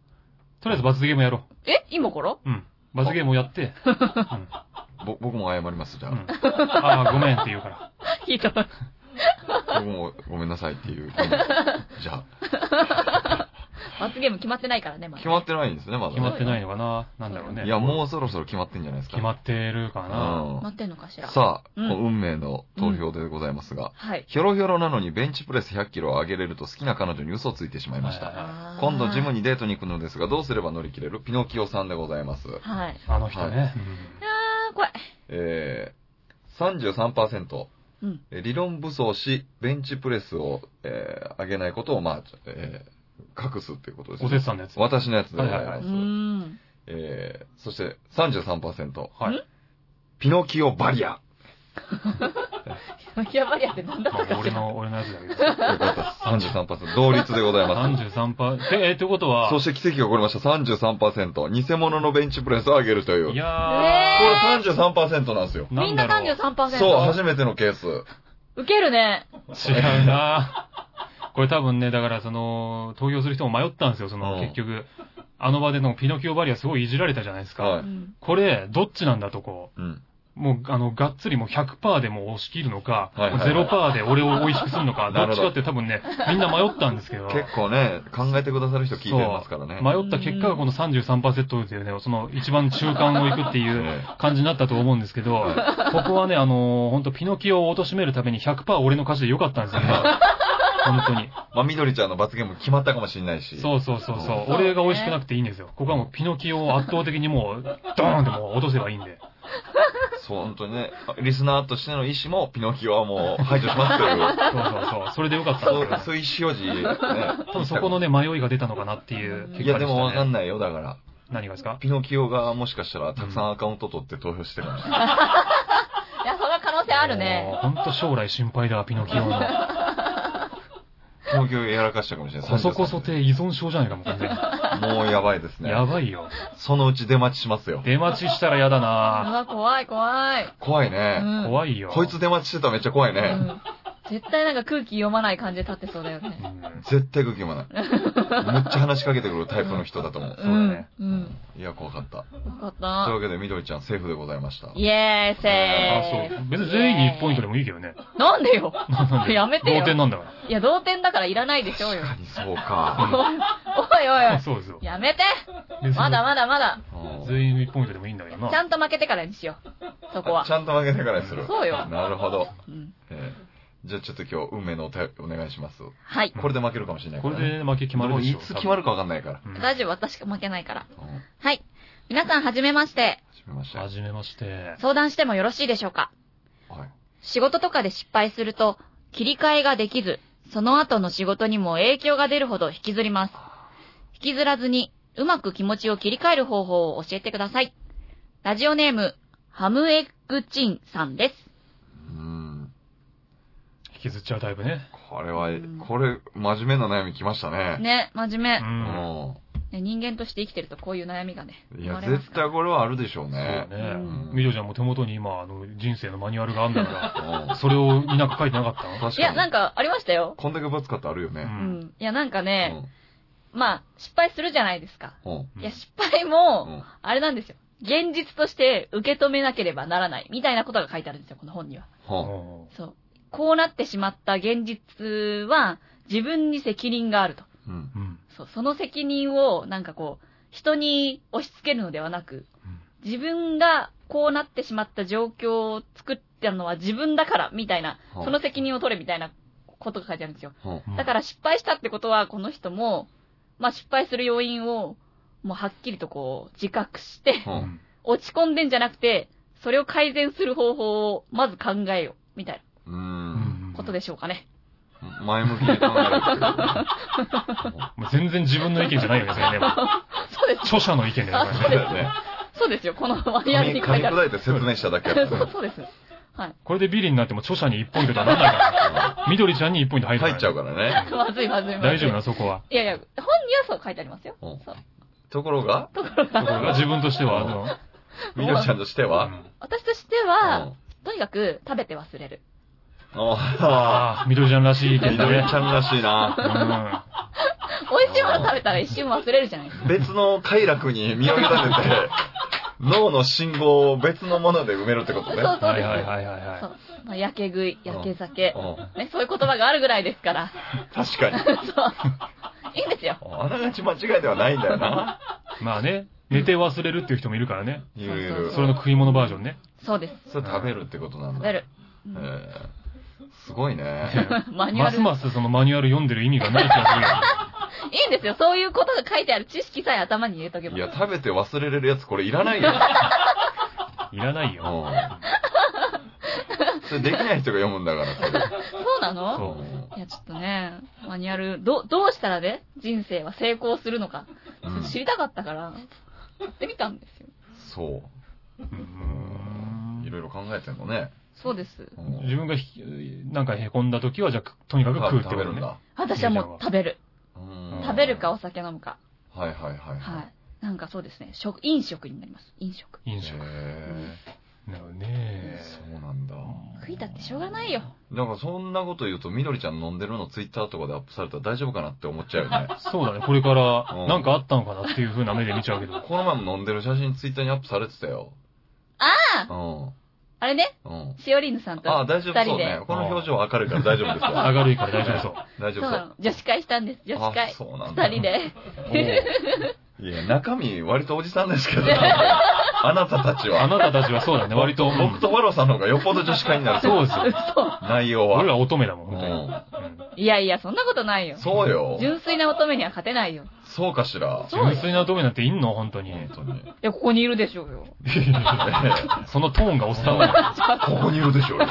[SPEAKER 1] とりあえず罰ゲームやろ
[SPEAKER 3] え今から
[SPEAKER 1] う。うん。罰ゲームをや って、うん。
[SPEAKER 2] ぼ僕も謝ります、じゃ
[SPEAKER 1] う
[SPEAKER 2] あ。
[SPEAKER 1] ん、ああ、ごめんって言うから。
[SPEAKER 3] ひどい
[SPEAKER 2] 僕もごめんなさいっていう。じゃあ、
[SPEAKER 3] 罰ゲーム決まってないからねまだ
[SPEAKER 2] 決まってないんですね、まだ
[SPEAKER 1] 決まってないのかななんだろうね。
[SPEAKER 2] いや、もうそろそろ決まってんじゃないですか。
[SPEAKER 1] 決まってるかな、
[SPEAKER 2] う
[SPEAKER 3] 待
[SPEAKER 2] ん。
[SPEAKER 3] ってんのかしら
[SPEAKER 2] さあ、
[SPEAKER 3] うん
[SPEAKER 2] こう運命の投票でございますが、
[SPEAKER 3] はい
[SPEAKER 2] ヒョロヒョロなのにベンチプレス100キロを上げれると好きな彼女に嘘をついてしまいまし
[SPEAKER 1] はい
[SPEAKER 2] た。
[SPEAKER 3] あー
[SPEAKER 2] 今度ジムにデートに行くのですが、どうすれば乗り切れるピノキオさんでございます。
[SPEAKER 3] はい
[SPEAKER 1] あの人ね。
[SPEAKER 2] はい
[SPEAKER 3] あー怖い
[SPEAKER 2] えー、33%。
[SPEAKER 3] うん
[SPEAKER 2] えー理論武装し、ベンチプレスを、えー上げないことを、まあ、えー隠すっていうことです
[SPEAKER 1] おせつさんのやつ。
[SPEAKER 2] 私のやつでございます。
[SPEAKER 1] はいは
[SPEAKER 3] うーん
[SPEAKER 2] えー、そして33%。
[SPEAKER 1] はい。
[SPEAKER 2] ピノキオバリア。
[SPEAKER 3] やばいやってなんだ
[SPEAKER 1] ま
[SPEAKER 3] かし
[SPEAKER 1] あ、俺
[SPEAKER 3] ら
[SPEAKER 1] の、俺のやつ だけど。
[SPEAKER 2] よかったです。33%。同率でございます。
[SPEAKER 1] 33%パー。え、え、ということは
[SPEAKER 2] そ、して奇跡が起こりました。33%。偽物のベンチプレスを上げるとい
[SPEAKER 1] い
[SPEAKER 2] う。これ
[SPEAKER 1] や
[SPEAKER 3] え
[SPEAKER 2] 33%なんですよ
[SPEAKER 1] ー、。
[SPEAKER 3] みん
[SPEAKER 1] だ
[SPEAKER 3] な
[SPEAKER 1] ろう
[SPEAKER 3] 33%
[SPEAKER 2] そう、初めてのケース。
[SPEAKER 3] ウケるね
[SPEAKER 1] 違うなこれ多分ね、だからその、投票する人も迷ったんですよ、その、
[SPEAKER 2] うん
[SPEAKER 1] 結局。あの場でのピノキオバリアすごいいじられたじゃないですか。
[SPEAKER 2] は
[SPEAKER 3] う
[SPEAKER 2] い。
[SPEAKER 3] ん
[SPEAKER 1] これ、どっちなんだとこ
[SPEAKER 2] うん。
[SPEAKER 1] う、もう、あの、がっつりもう100%でもう押し切るのか、
[SPEAKER 2] はいはいはい
[SPEAKER 1] もう0%で俺を美味しくするのか、
[SPEAKER 2] な
[SPEAKER 1] ど
[SPEAKER 2] るほ
[SPEAKER 1] っ
[SPEAKER 2] ど
[SPEAKER 1] ちかって多分ね、みんな迷ったんですけど。
[SPEAKER 2] 結構ね、考えてくださる人聞いてますからね。
[SPEAKER 1] 迷った結果がこの33%というね、その一番中間を行くっていう
[SPEAKER 2] え
[SPEAKER 1] 感じになったと思うんですけど、ここはね、あのー、本当ピノキオを貶めるために100%俺の勝ちでよかったんですよね。 本当に。
[SPEAKER 2] まあ、みどりちゃんの罰ゲーム決まったかもしれないし。
[SPEAKER 1] そうそうそうそう。
[SPEAKER 3] そうね
[SPEAKER 1] 俺が美味しくなくていいんですよ。ここはもうピノキオを圧倒的にもう、ドーンってもう落とせばいいんで。
[SPEAKER 2] そう、本当にね、リスナーとしての意思も、ピノキオはもう排除しますという。
[SPEAKER 1] そうそうそう。それでよかったん
[SPEAKER 2] そ
[SPEAKER 1] で
[SPEAKER 2] う
[SPEAKER 1] すよ。
[SPEAKER 2] そういう意思表示、ね。
[SPEAKER 1] 多分そこのね、迷いが出たのかなっていう結果でした、ね。
[SPEAKER 2] いや、でもわかんないよ、だから。
[SPEAKER 1] 何がですか
[SPEAKER 2] ピノキオがもしかしたらたくさんアカウント取って投票してるかもしれない。
[SPEAKER 3] いやその可能性あるね
[SPEAKER 1] 本当将来心配だ、ピノキオの。
[SPEAKER 2] ピノキオやらかしたかもしれない。
[SPEAKER 1] こそこそて依存症じゃないかも、完全
[SPEAKER 2] もうやばいです
[SPEAKER 1] に。
[SPEAKER 2] ね。
[SPEAKER 1] やばいよ。
[SPEAKER 2] そのうち出待ちしますよ。
[SPEAKER 1] 出待ちしたらやだ
[SPEAKER 3] う
[SPEAKER 1] な
[SPEAKER 3] わ怖い怖い
[SPEAKER 2] 怖いうね。
[SPEAKER 3] ん
[SPEAKER 1] 怖いよ。
[SPEAKER 2] こいつ出待ちしてたらめっちゃ怖い
[SPEAKER 3] うん
[SPEAKER 2] ね。
[SPEAKER 3] 絶対なんか空気読まない感じで立ってそうだよ
[SPEAKER 1] う
[SPEAKER 3] ね
[SPEAKER 1] ん。
[SPEAKER 2] 絶対空気もない。めっちゃ話しかけてくるタイプの人だと思う。
[SPEAKER 1] そうだね
[SPEAKER 3] うん
[SPEAKER 2] いや、怖かった。
[SPEAKER 3] うんよかっ
[SPEAKER 2] という
[SPEAKER 3] た
[SPEAKER 2] わけで、みどりちゃん、セーフでございました。
[SPEAKER 3] イエーイせ
[SPEAKER 1] あ、
[SPEAKER 3] ー
[SPEAKER 1] そう。別に全員に1ポイントでもいいけどね。
[SPEAKER 3] なんでよやめてよ
[SPEAKER 1] 同点なんだか
[SPEAKER 3] いや同点だからいらないで しょうよ
[SPEAKER 2] 確かにそうか。
[SPEAKER 3] おいおいお
[SPEAKER 1] ら。
[SPEAKER 3] い
[SPEAKER 1] そうですよ。
[SPEAKER 3] やめて
[SPEAKER 1] 別に
[SPEAKER 3] まだまだまだ
[SPEAKER 2] うん
[SPEAKER 1] 全員1ポイントでもいいんだけど
[SPEAKER 3] ちゃ
[SPEAKER 1] な。
[SPEAKER 3] んと負けてからにしようそこは
[SPEAKER 2] あちゃんと負けてからにする。
[SPEAKER 3] そうよ
[SPEAKER 2] なるほど。
[SPEAKER 3] うん
[SPEAKER 2] えーじゃあちょっと今日、運命のお便りお願いします。
[SPEAKER 3] はい
[SPEAKER 2] これで負けるかもしれないか
[SPEAKER 1] こ
[SPEAKER 2] らね、
[SPEAKER 1] れで負け決まるでし
[SPEAKER 2] で
[SPEAKER 1] ょ。
[SPEAKER 2] もいつ決まるかわかんないから。
[SPEAKER 1] 多分。うん
[SPEAKER 3] 大丈夫私が負けないから
[SPEAKER 2] うんは
[SPEAKER 3] はい皆さんはじめまして
[SPEAKER 2] じめまして。
[SPEAKER 1] は
[SPEAKER 2] はい。
[SPEAKER 1] じめまして。
[SPEAKER 3] 相談してもよろしいでしょうか仕事とかで失敗すると、切り替えができず、その後の仕事にも影響が出るほど引きずります。引きずらずに、うまく気持ちを切り替える方法を教えてください。ラジオネーム、ハムエッグチンさんです。
[SPEAKER 2] うーん。
[SPEAKER 1] 引きずっちゃうタイプね。
[SPEAKER 2] これは、これ、真面目な悩み来ましたね。
[SPEAKER 3] ね、真面目。
[SPEAKER 1] う。
[SPEAKER 2] うんん。
[SPEAKER 3] ね人間として生きてるとこういう悩みがね。
[SPEAKER 2] い
[SPEAKER 3] 生
[SPEAKER 2] や、
[SPEAKER 3] まれます
[SPEAKER 2] 絶対これはあるでしょうね。
[SPEAKER 1] そうね
[SPEAKER 3] うん。
[SPEAKER 1] みどりちゃんも手元に今、あの、人生のマニュアルがあんだか
[SPEAKER 2] うん
[SPEAKER 1] ら、それをになんか書いてなかった
[SPEAKER 2] 確
[SPEAKER 3] いや、
[SPEAKER 2] か
[SPEAKER 3] な
[SPEAKER 2] に。
[SPEAKER 3] んかありましたよ。
[SPEAKER 2] こんだけぶつかってあるよ
[SPEAKER 1] う
[SPEAKER 2] ね。
[SPEAKER 3] うんん。いや、なんか
[SPEAKER 2] う
[SPEAKER 3] ね、
[SPEAKER 2] ん。
[SPEAKER 3] まあ、失敗するじゃないですか。
[SPEAKER 2] うん。
[SPEAKER 3] いや、失敗も、
[SPEAKER 2] うん
[SPEAKER 3] あれなんですよ。現実として受け止めなければならない。みたいなことが書いてあるんですよ、この本には。
[SPEAKER 2] うん
[SPEAKER 3] そう。こうなってしまった現実は、自分に責任があると。
[SPEAKER 2] うん。
[SPEAKER 1] うん
[SPEAKER 3] そう、その責任を、なんかこう、人に押し付けるのではなく、自分がこうなってしまった状況を作ったのは自分だから、みたいな、
[SPEAKER 2] はい
[SPEAKER 3] その責任を取れみたいなことが書いてあるんですよ。
[SPEAKER 2] うん。
[SPEAKER 1] うん
[SPEAKER 3] だから失敗したってことは、この人も、まあ失敗する要因を、もうはっきりとこう、自覚して、
[SPEAKER 2] う。
[SPEAKER 1] うんん
[SPEAKER 3] 落ち込んでんじゃなくて、それを改善する方法をまず考えよう、みたい
[SPEAKER 2] うん。
[SPEAKER 3] なことでしょうかね。
[SPEAKER 2] 前向きに考えるっていうね
[SPEAKER 1] もう全然自分の意見じゃないよね、それ ね。もう
[SPEAKER 3] そうです。
[SPEAKER 1] 著者の意見だよね
[SPEAKER 3] あ、
[SPEAKER 1] こ
[SPEAKER 3] そう
[SPEAKER 1] れ
[SPEAKER 3] で
[SPEAKER 1] ね。
[SPEAKER 2] だよね
[SPEAKER 3] す。そうですよ。このマニュアル
[SPEAKER 2] 噛
[SPEAKER 3] に
[SPEAKER 2] み
[SPEAKER 3] 書いてある。
[SPEAKER 2] 砕いて説明しただけやか
[SPEAKER 3] そ
[SPEAKER 2] ら
[SPEAKER 3] う
[SPEAKER 2] ね
[SPEAKER 3] そうです。 はい。
[SPEAKER 1] これでビリになっても著者に1ポイントとはならないから。みどりちゃんに1ポイント入る
[SPEAKER 2] 入っちゃうからね。
[SPEAKER 3] まずいまずいまずい。
[SPEAKER 1] 大丈夫な、そこは。
[SPEAKER 3] いやいや、本にはそう書いてありますよ。
[SPEAKER 2] うん
[SPEAKER 3] そう。
[SPEAKER 2] ところが、
[SPEAKER 1] ところが自分としては、あの、
[SPEAKER 2] みどりちゃんとして
[SPEAKER 1] う
[SPEAKER 2] は、
[SPEAKER 1] ん
[SPEAKER 3] 私として
[SPEAKER 2] うん
[SPEAKER 3] は、とにかく食べて忘れる。
[SPEAKER 2] あ
[SPEAKER 1] ああ、みどりちゃんらしい意
[SPEAKER 2] あ、
[SPEAKER 1] 見
[SPEAKER 2] み
[SPEAKER 1] だ
[SPEAKER 2] どり
[SPEAKER 1] ね
[SPEAKER 2] ち。ゃんらしいな。
[SPEAKER 1] う
[SPEAKER 3] 美味しいもの食べたら一瞬忘れるじゃないですか。
[SPEAKER 2] 別の快楽に身を委ねて、脳の信号を別のもので埋めるってことね。
[SPEAKER 3] そうそ
[SPEAKER 1] ん。
[SPEAKER 3] う
[SPEAKER 1] は
[SPEAKER 3] で
[SPEAKER 1] い
[SPEAKER 3] す。
[SPEAKER 1] はいはいはい
[SPEAKER 3] そ
[SPEAKER 1] は
[SPEAKER 3] う。まあ、やけ食い、やけ酒。
[SPEAKER 2] うん
[SPEAKER 3] ね、そういう言葉があるぐらいですから。
[SPEAKER 2] 確かに。
[SPEAKER 3] そう。いいんですよ。
[SPEAKER 2] あながち間違いではないんだよな。
[SPEAKER 1] い。まあね、寝て忘れるっていう人もいるからね。
[SPEAKER 2] いろいろ。
[SPEAKER 1] それの食い物バージョンね。
[SPEAKER 3] そうです。
[SPEAKER 2] それ食べるってことなんだ。
[SPEAKER 3] 食べる。
[SPEAKER 2] え
[SPEAKER 3] うん
[SPEAKER 2] ー。すごいね。
[SPEAKER 3] マニュア
[SPEAKER 1] ま
[SPEAKER 3] ル。
[SPEAKER 1] すますそのマニュアル読んでる意味がない気がするよね。
[SPEAKER 3] いいんですよ。そういうことが書いてある知識さえ頭に入れとけば。
[SPEAKER 2] いや、食べて忘れれるやつこれいらないよ。
[SPEAKER 1] いらないよ。
[SPEAKER 2] うんそれできない人が読むんだから、それ。
[SPEAKER 3] そうなの
[SPEAKER 1] そ
[SPEAKER 3] いや、ちょっとね、マニュアル、ど、どうしたらね、人生は成功するのか、
[SPEAKER 2] うん
[SPEAKER 3] 知りたかったから、やってみたんですよ。
[SPEAKER 2] そうう。い
[SPEAKER 1] ん
[SPEAKER 2] ろいろ考えてんのね。
[SPEAKER 3] そうです。
[SPEAKER 1] 自分がひなんかへこんだ時は、じゃあ、とにかく食うって
[SPEAKER 2] 食
[SPEAKER 1] こ
[SPEAKER 2] べ
[SPEAKER 1] と
[SPEAKER 2] るん
[SPEAKER 1] ね。
[SPEAKER 2] だ。
[SPEAKER 3] 私はもう食べる。
[SPEAKER 2] うん
[SPEAKER 3] 食べるかお酒飲むか。
[SPEAKER 2] はいはいはい。。
[SPEAKER 3] はいい。なんかそうですね、食、飲食になります。飲食。
[SPEAKER 1] 飲食。
[SPEAKER 2] へ
[SPEAKER 1] なるほど
[SPEAKER 2] え
[SPEAKER 1] ね。
[SPEAKER 2] そうなんだ。
[SPEAKER 3] 食いたってしょうがないよ。
[SPEAKER 2] なんかそんなこと言うと、みどりちゃん飲んでるのツイッターとかでアップされたら大丈夫かなって思っちゃうよ ね。
[SPEAKER 1] そうだね。これから
[SPEAKER 2] う、ん
[SPEAKER 1] なんかあったのかなっていう風な目で見ちゃうけど。
[SPEAKER 2] この前も飲んでる写真ツイッターにアップされてたよ。
[SPEAKER 3] ああ
[SPEAKER 2] う
[SPEAKER 3] あれね、
[SPEAKER 2] ん。うん。
[SPEAKER 3] しおりんぬさんと
[SPEAKER 2] ああ、大丈夫そう
[SPEAKER 3] 二
[SPEAKER 2] ね。この表情明るいから大丈夫ですよ。
[SPEAKER 1] 明るいから大丈夫 そう。
[SPEAKER 2] 大丈
[SPEAKER 3] そうな
[SPEAKER 2] 夫
[SPEAKER 3] の。女子会したんです、女子
[SPEAKER 2] あ
[SPEAKER 3] 会。
[SPEAKER 2] そうなんだ
[SPEAKER 3] 二人で。
[SPEAKER 2] そう。おういや、中身割とおじさんですけどな、あなたたち
[SPEAKER 1] あ
[SPEAKER 2] は。
[SPEAKER 1] なたたちはそうだね。割と、うん
[SPEAKER 2] 僕とワロさんの方がよっぽど女子会になる。
[SPEAKER 1] そうですよ。
[SPEAKER 3] そう。
[SPEAKER 2] 内容
[SPEAKER 1] 俺
[SPEAKER 2] は。
[SPEAKER 1] ら乙女だもん、本当に
[SPEAKER 3] いやいや、そんなことないよ。
[SPEAKER 2] そうよ。
[SPEAKER 3] 純粋な乙女には勝てないよ。
[SPEAKER 2] そうかしら。
[SPEAKER 3] そうよ
[SPEAKER 1] 純粋な乙女なんていんの本当に。
[SPEAKER 2] 本当に。
[SPEAKER 3] いや、ここにいるでしょうよ。
[SPEAKER 1] そのトーンがおっさん だよ
[SPEAKER 2] ここにいるでしょうよ。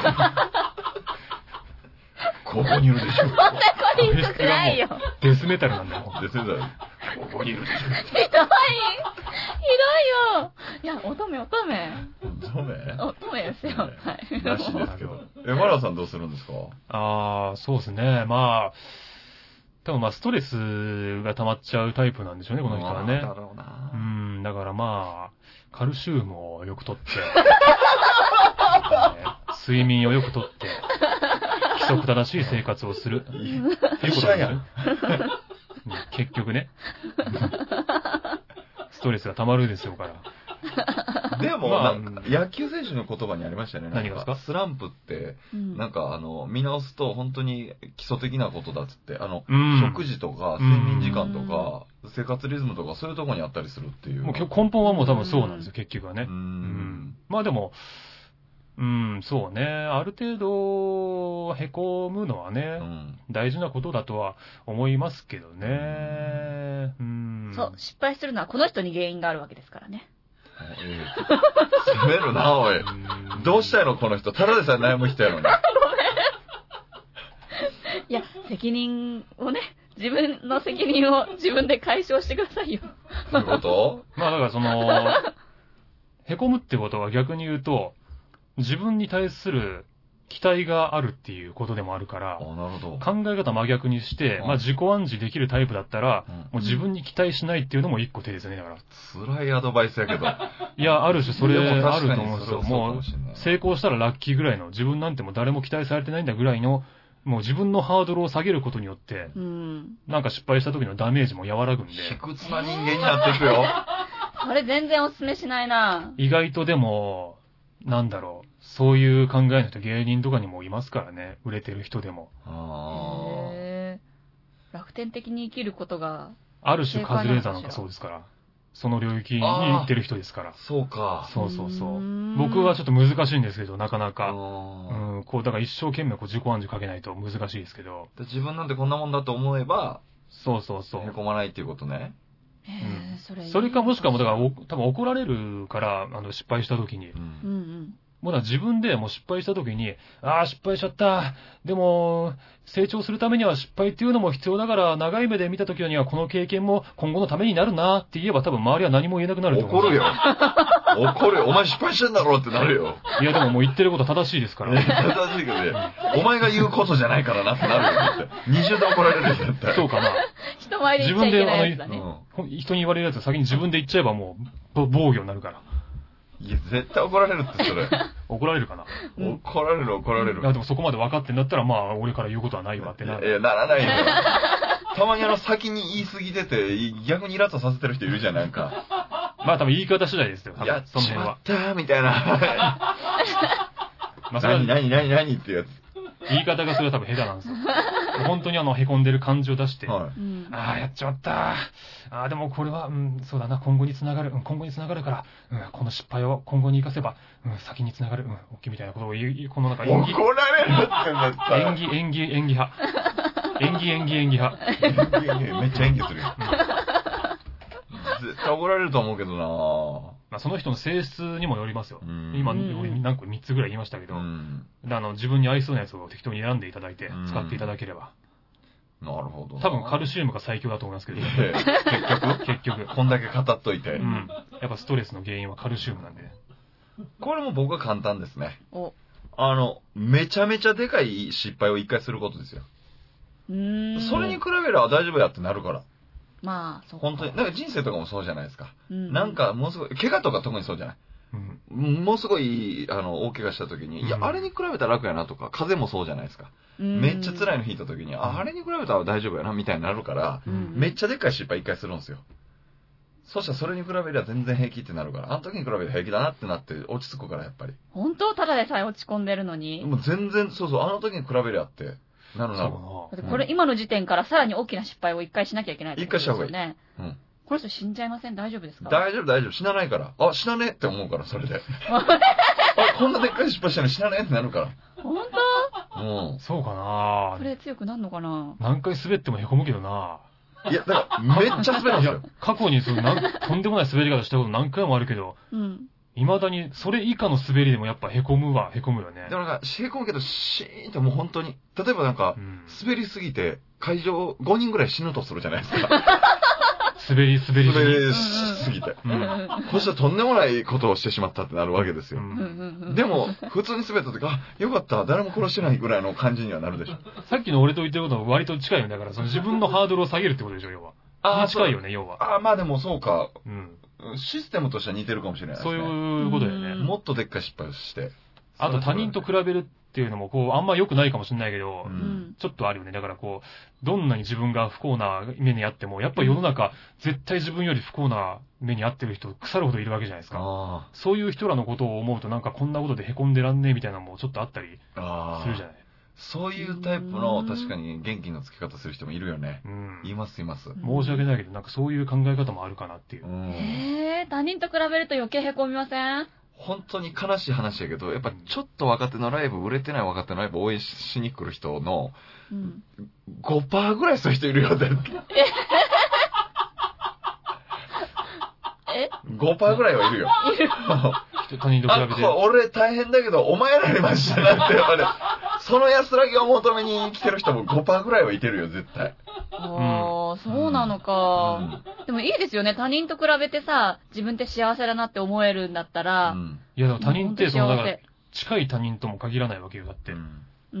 [SPEAKER 2] ここにいるでしょうよ。
[SPEAKER 3] そんなこと言いたくないよ。ひどい。
[SPEAKER 1] デスメタルなんだよ。
[SPEAKER 2] で、先生、ここにいるでし
[SPEAKER 3] ひどいよ。いや、乙女、乙女。
[SPEAKER 2] ょうよ。ダメ
[SPEAKER 3] 乙女ですよ。はい。
[SPEAKER 2] らしいですけど。え、マラさんどうするんですか
[SPEAKER 1] ああ、そうですね。まあ、多分まあ、ストレスが溜まっちゃうタイプなんでしょうね、この人はね。
[SPEAKER 2] だろうな
[SPEAKER 1] う。ん、だからまあ、カルシウムをよくと って、ね睡眠をよくとって、規則正しい生活をする。っていうことなん
[SPEAKER 2] 医者
[SPEAKER 1] だ
[SPEAKER 2] や
[SPEAKER 1] よ
[SPEAKER 2] ん
[SPEAKER 1] ね。うん結局ね。ストレスが溜まるでしょうから。
[SPEAKER 2] でも、
[SPEAKER 1] まあ
[SPEAKER 2] なんか野球選手の言葉にありましたよね。なん
[SPEAKER 1] 何がですか
[SPEAKER 2] スランプって、
[SPEAKER 3] うん
[SPEAKER 2] なんかあの、見直すと本当に基礎的なことだっつって、あの、
[SPEAKER 1] うん
[SPEAKER 2] 食事とか、睡眠時間とか、生活リズムとか、そういうとこにあったりするっていう。
[SPEAKER 1] もう結構根本はもう多分そうなんですよ、結局はね
[SPEAKER 2] う。
[SPEAKER 1] うんん。まあでも、うん、そうね。ある程度、凹むのは
[SPEAKER 2] う
[SPEAKER 1] ね、
[SPEAKER 2] ん。
[SPEAKER 1] 大事なことだとは思いますけどね。うん。
[SPEAKER 3] そう、失敗するのはこの人に原因があるわけですからね。
[SPEAKER 2] ええ攻めるな、おい。
[SPEAKER 1] ん
[SPEAKER 2] どうしたいの、この人。ただでさえ悩む人やのに。
[SPEAKER 3] いや、責任をね、自分の責任を自分で解消してくださいよ。
[SPEAKER 2] そういうこと
[SPEAKER 1] まあだからその、凹むってことは逆に言うと、自分に対する期待があるっていうことでもあるから
[SPEAKER 2] あ、なるほど。
[SPEAKER 1] 考え方真逆にして、
[SPEAKER 2] はい
[SPEAKER 1] まあ自己暗示できるタイプだったら、
[SPEAKER 2] うん
[SPEAKER 1] もう自分に期待しないっていうのも一個手ですよね、だから。
[SPEAKER 2] 辛いアドバイスやけど。
[SPEAKER 1] いや、ある種それ
[SPEAKER 2] でも
[SPEAKER 1] あ
[SPEAKER 2] 確
[SPEAKER 1] る
[SPEAKER 2] か
[SPEAKER 1] と
[SPEAKER 2] に
[SPEAKER 1] 思うんです
[SPEAKER 2] それ
[SPEAKER 1] よ。
[SPEAKER 2] はそうか
[SPEAKER 1] もう
[SPEAKER 2] もしれない
[SPEAKER 1] 成功したらラッキーぐらいの、自分なんてもう誰も期待されてないんだぐらいの、もう自分のハードルを下げることによって、
[SPEAKER 3] うん。
[SPEAKER 1] なんか失敗した時のダメージも和らぐんで、
[SPEAKER 2] 卑屈な人間になっていくよ。
[SPEAKER 3] それ全然おすすめしないな
[SPEAKER 1] 意外とでも、なんだろう、そういう考えの人芸人とかにもいますからね、売れてる人でも。
[SPEAKER 2] あー
[SPEAKER 3] へー楽天的に生きることが、
[SPEAKER 1] ある種カズレーザーなんかそうですから、その領域に行ってる人ですから。
[SPEAKER 2] そうか。
[SPEAKER 1] そうそうそうう。
[SPEAKER 3] ん
[SPEAKER 1] 僕はちょっと難しいんですけど、なかなか。う
[SPEAKER 2] あ
[SPEAKER 1] ん、こう、だから一生懸命こう自己暗示かけないと難しいですけど。
[SPEAKER 2] ーで自分なんてこんなもんだと思えば、
[SPEAKER 1] そうそうそう。
[SPEAKER 2] へこまないっていうことね。
[SPEAKER 3] へ
[SPEAKER 1] う
[SPEAKER 3] ー
[SPEAKER 1] ん
[SPEAKER 3] それいい
[SPEAKER 1] それかもしくはもうだからお、多分怒られるから、あの、失敗した時に
[SPEAKER 2] う。
[SPEAKER 3] うん
[SPEAKER 2] ん
[SPEAKER 3] うん。
[SPEAKER 1] もうだから自分でもう失敗した時に、ああ、失敗しちゃった。でも、成長するためには失敗っていうのも必要だから、長い目で見た時にはこの経験も今後のためになるなって言えば多分周りは何も言えなくなると思う。
[SPEAKER 2] 怒るよ。。 怒るよ。お前失敗してんだろってなるよ。
[SPEAKER 1] いやでももう言ってることは正しいですから。
[SPEAKER 2] 正しいけどね。お前が言うことじゃないからなってなるよ。二重で怒られるよ、絶対。
[SPEAKER 1] そうかな。
[SPEAKER 3] 人前で言っちゃいけないやつだ
[SPEAKER 2] う
[SPEAKER 3] ね。
[SPEAKER 2] ん。
[SPEAKER 1] ほん人に言われるやつは先に自分で言っちゃえばもう、ぼ防御になるから。
[SPEAKER 2] いや、絶対怒られるって、それ。
[SPEAKER 1] 怒られるかな。
[SPEAKER 3] うん
[SPEAKER 2] 怒られる、怒られる
[SPEAKER 1] い。やでもそこまで分かってんだったら、まあ、俺から言うことはないわってな。
[SPEAKER 2] いやいや、ならないよ。たまにあの、先に言い過ぎてて、逆にイラッとさせてる人いるじゃん、なんか。
[SPEAKER 1] まあ多分言い方次第ですよ、多分
[SPEAKER 2] やっち
[SPEAKER 1] その辺
[SPEAKER 2] ま
[SPEAKER 1] は
[SPEAKER 2] っ。たーみたいな。
[SPEAKER 1] まあそれは
[SPEAKER 2] 何、何、何、何ってやつ。
[SPEAKER 1] 言い方がそれは多分下手なんですよ。本当にあの、凹んでる感じを出して、
[SPEAKER 2] は
[SPEAKER 3] うん
[SPEAKER 1] ああ、やっちまった。ああ、でもこれは、うん、そうだな、今後につながる、うん、今後につながるから、うん、この失敗を今後に生かせば、うん、先につながる、うん、オッケーみたいなことを言う、この中
[SPEAKER 2] い。
[SPEAKER 1] 演技、
[SPEAKER 2] 怒られるって
[SPEAKER 1] 演技、演技、演技派。演技、演技、演技派。
[SPEAKER 2] なったら。演技、めっちゃ演技するよ。絶対怒られると思うけどな
[SPEAKER 1] まあその人の性質にもよりますよ。
[SPEAKER 2] うん
[SPEAKER 1] 今、
[SPEAKER 3] うん
[SPEAKER 1] 俺何個3つぐらい言いましたけど、
[SPEAKER 2] うん。
[SPEAKER 1] であの自分に合いそうなやつを適当に選んでいただいて
[SPEAKER 2] うん、
[SPEAKER 1] 使っていただければ。
[SPEAKER 2] なるほど。
[SPEAKER 1] 多分カル
[SPEAKER 2] シ
[SPEAKER 1] シウムが最強だと思いますけど、
[SPEAKER 2] 結局、
[SPEAKER 1] 結局。
[SPEAKER 2] こんだけ語っといて。
[SPEAKER 1] うん。やっぱストレスの原因はカルシウムなんで。
[SPEAKER 2] これも僕は簡単ですね。
[SPEAKER 3] お。
[SPEAKER 2] あの、めちゃめちゃでかい失敗を一回することですよ。
[SPEAKER 3] うーん。
[SPEAKER 2] それに比べれば大丈夫やってなるから。
[SPEAKER 3] まあ、そうか。
[SPEAKER 2] 本当に。なんか人生とかもそうじゃないですか。
[SPEAKER 3] うう
[SPEAKER 2] なん、かもうすごい、怪我とか特にそうじゃない。
[SPEAKER 1] うん。
[SPEAKER 2] もうすごい、あの、大怪我した時に、い
[SPEAKER 1] う、
[SPEAKER 2] や
[SPEAKER 1] ん
[SPEAKER 2] あれに比べたら楽やなとか、風邪もそうじゃないですか。めっちゃ辛いの引いた時に、ああれに比べたら大丈夫やな、みたいになるから、
[SPEAKER 3] うん
[SPEAKER 2] めっちゃでっかい失敗一回するんですよ。そしたらそれに比べれば全然平気ってなるから、あの時に比べて平気だなってなって落ち着くから、やっぱり。
[SPEAKER 3] 本当ただでさえ落ち込んでるのに。
[SPEAKER 2] もう全然、そうそう、あの時に比べりゃって、な
[SPEAKER 1] そ
[SPEAKER 2] る
[SPEAKER 1] う
[SPEAKER 2] な
[SPEAKER 1] か
[SPEAKER 2] る。
[SPEAKER 3] だってこれ、今の時点からさらに大きな失敗を一回しなきゃいけないってことですよね
[SPEAKER 2] 一回したうん
[SPEAKER 3] この人死んじゃいません大丈夫ですか
[SPEAKER 2] 大丈夫大丈夫、死なないから。あ、死なねえって思うから、それで。あ、こんなでっかい失敗したのに死なねえってなるか
[SPEAKER 3] 本
[SPEAKER 2] ら。うん
[SPEAKER 1] な。そうか
[SPEAKER 3] 当
[SPEAKER 1] な
[SPEAKER 3] これ強くなるのかな
[SPEAKER 1] 何回滑っても凹むけどな。
[SPEAKER 2] いや、だから、めっちゃ滑るん
[SPEAKER 1] い
[SPEAKER 2] です
[SPEAKER 1] や
[SPEAKER 2] よ。、
[SPEAKER 1] 過去にその なんとんでもない滑り方したこと何回もあるけど、
[SPEAKER 3] うん。
[SPEAKER 1] 未だにそれ以下の滑りでもやっぱ凹むわ、凹むよね
[SPEAKER 2] で。もなんか、しへこむけど、シーンともう本当に。例えばなんか
[SPEAKER 1] う、ん。
[SPEAKER 2] 滑りすぎて、会場5人ぐらい死ぬとするじゃないですか。
[SPEAKER 1] 滑り滑り
[SPEAKER 2] 滑
[SPEAKER 1] 滑り。
[SPEAKER 2] りすぎて。
[SPEAKER 1] う。
[SPEAKER 3] うんん
[SPEAKER 2] こうしたらとんでもないことをしてしまったってなるわけですよ。
[SPEAKER 1] うん
[SPEAKER 2] でも、普通に滑った時、あ、よかった、誰も殺してないぐらいの感じにはなるでしょ。
[SPEAKER 1] さっきの俺と言ってることは割と近いよね。だから、その自分のハードルを下げるってことでしょ、要は。
[SPEAKER 2] あー
[SPEAKER 1] 近いよね、要は。
[SPEAKER 2] ああ、まあでもそうか。
[SPEAKER 1] うん。
[SPEAKER 2] システムとしては似てるかもしれないです
[SPEAKER 1] そ
[SPEAKER 2] ね。
[SPEAKER 1] ういうことだよね。
[SPEAKER 3] うん
[SPEAKER 2] もっとでっかい失敗をして。
[SPEAKER 1] あと他人と比べるっていうのも、こう、あんま良くないかもしれないけど、
[SPEAKER 2] う
[SPEAKER 3] うんん。
[SPEAKER 1] ちょっとあるよね。だからこう、どんなに自分が不幸な目にあっても、やっぱり世の中、絶対自分より不幸な目にあってる人、腐るほどいるわけじゃないですか。
[SPEAKER 2] あ
[SPEAKER 1] そういう人らのことを思うと、なんかこんなことで凹んでらんねえみたいなのもちょっとあったり
[SPEAKER 2] ーあー。
[SPEAKER 1] するじゃない。
[SPEAKER 2] そういうタイプの、確かに元気のつけ方する人もいるよね。
[SPEAKER 1] うん。
[SPEAKER 2] います、います。
[SPEAKER 1] 申し訳ないけど、なんかそういう考え方もあるかなっていうう。
[SPEAKER 2] ん。
[SPEAKER 3] えー、他人と比べると余計へこみません
[SPEAKER 2] 本当に悲しい話やけど、やっぱちょっと若手のライブ、売れてない若手のライブ応援しに来る人の
[SPEAKER 3] うん。
[SPEAKER 2] 5%ぐらいそういう人いるよ、だって。
[SPEAKER 3] え
[SPEAKER 2] ?5% ぐらいはいるよ。
[SPEAKER 1] 人他人と比
[SPEAKER 2] あ、
[SPEAKER 1] べ
[SPEAKER 2] こ
[SPEAKER 1] て
[SPEAKER 2] れ。俺大変だけど、お前らにマシだなって言われる。その安らぎを求めに来てる人も5%ぐらいはいてるよ、絶対。
[SPEAKER 3] おー、そうなのか、でもいいですよね。他人と比べてさ、自分って幸せだなって思えるんだったら、
[SPEAKER 2] ん。
[SPEAKER 1] いや、でも他人って、その、だから、近い他人とも限らないわけよ、だって。
[SPEAKER 2] うん
[SPEAKER 3] うんう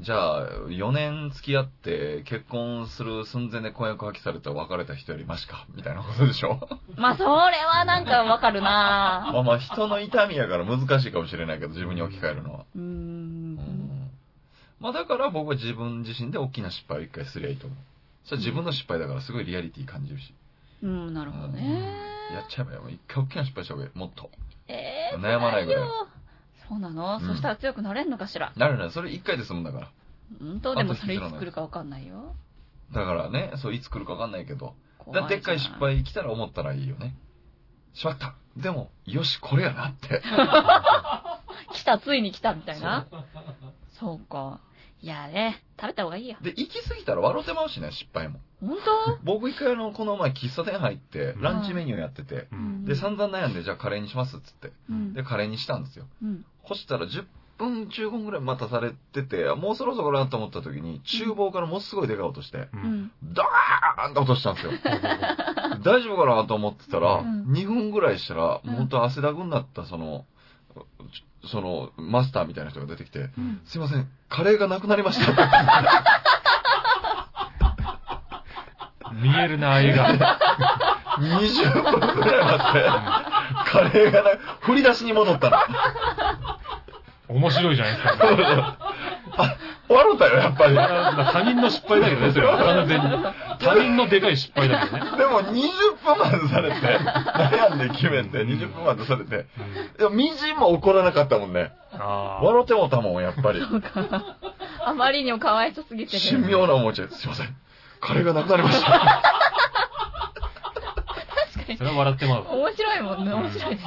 [SPEAKER 3] ん。
[SPEAKER 2] じゃあ、4年付き合って、結婚する寸前で婚約破棄された別れた人よりマシか、みたいなことでしょ
[SPEAKER 3] まあ、それはなんかわかる
[SPEAKER 2] ま
[SPEAKER 3] な
[SPEAKER 2] あまあ、人の痛みやから難しいかもしれないけど、自分に置き換えるのは。
[SPEAKER 3] ぁ。うーん。
[SPEAKER 2] まあだから僕は自分自身で大きな失敗を一回すりゃいいと思う。それは自分の失敗だからすごいリアリティ感じるし。
[SPEAKER 3] うん、なるほどね。
[SPEAKER 2] やっちゃえばよ。一回大きな失敗した方がいい。もっと。
[SPEAKER 3] えー、
[SPEAKER 2] 悩まないぐらい
[SPEAKER 3] 辛よ。そうなの、
[SPEAKER 2] うん
[SPEAKER 3] そしたら強くなれんのかしら。
[SPEAKER 2] なるなる。それ一回で済むんだから。
[SPEAKER 3] うんと、でもそれいつ来るかわかんないよ。
[SPEAKER 2] だからね、そういつ来るかわかんないけど。
[SPEAKER 3] 怖
[SPEAKER 2] だ
[SPEAKER 3] い
[SPEAKER 2] でっかい失敗来たら思ったらいいよね。しまった。でも、よし、これやなって。
[SPEAKER 3] 来た、ついに来たみたいな。そうか。いやね、食べた方がいいよ。
[SPEAKER 2] で、行き過ぎたら笑ってまうしね、失敗も。
[SPEAKER 3] 本
[SPEAKER 2] 僕一回あの、この前喫茶店入って、ランチメニューやってて、
[SPEAKER 1] う
[SPEAKER 3] 当
[SPEAKER 1] ん。
[SPEAKER 2] で、散々悩んで、じゃあカレーにしますっつって。
[SPEAKER 3] うん
[SPEAKER 2] で、カレーにしたんですよ。
[SPEAKER 3] うん。
[SPEAKER 2] 干したら10分、15分ぐらい待たされてて、もうそろそろなと思った時に、厨房からものすごいでかい音して、
[SPEAKER 1] う。
[SPEAKER 3] うんん。
[SPEAKER 2] ドーンって音したんです よ。大丈夫かなと思ってたら、
[SPEAKER 3] うん
[SPEAKER 2] 2分ぐらいしたら、
[SPEAKER 3] うん
[SPEAKER 2] 本当汗だくになったその、その、マスターみたいな人が出てきて、
[SPEAKER 3] うん
[SPEAKER 2] すいません、カレーがなくなりました。
[SPEAKER 1] 見えるな、映画。
[SPEAKER 2] 20分ぐらい待って、カレーがな、振り出しに戻ったら、
[SPEAKER 1] 面白いじゃないですか。
[SPEAKER 2] 終わろうたよ、やっぱり。
[SPEAKER 1] 他人の失敗だけどね、それは。完全に。他人のでかい失敗だけどね。
[SPEAKER 2] でも20分待たされて、悩んで決めて、20分待たされて、
[SPEAKER 1] うん
[SPEAKER 2] でも、みじんも怒らなかったもんね。
[SPEAKER 1] ああ。
[SPEAKER 2] 笑ってもうたもん、やっ ぱり。
[SPEAKER 3] あまりにもかわいそうすぎてね
[SPEAKER 2] 神妙なおもちゃすいません。カレーがなくなりま した。
[SPEAKER 3] 確かに
[SPEAKER 1] そ。れは笑ってまうわ。
[SPEAKER 3] 面白いもんね、面白いです。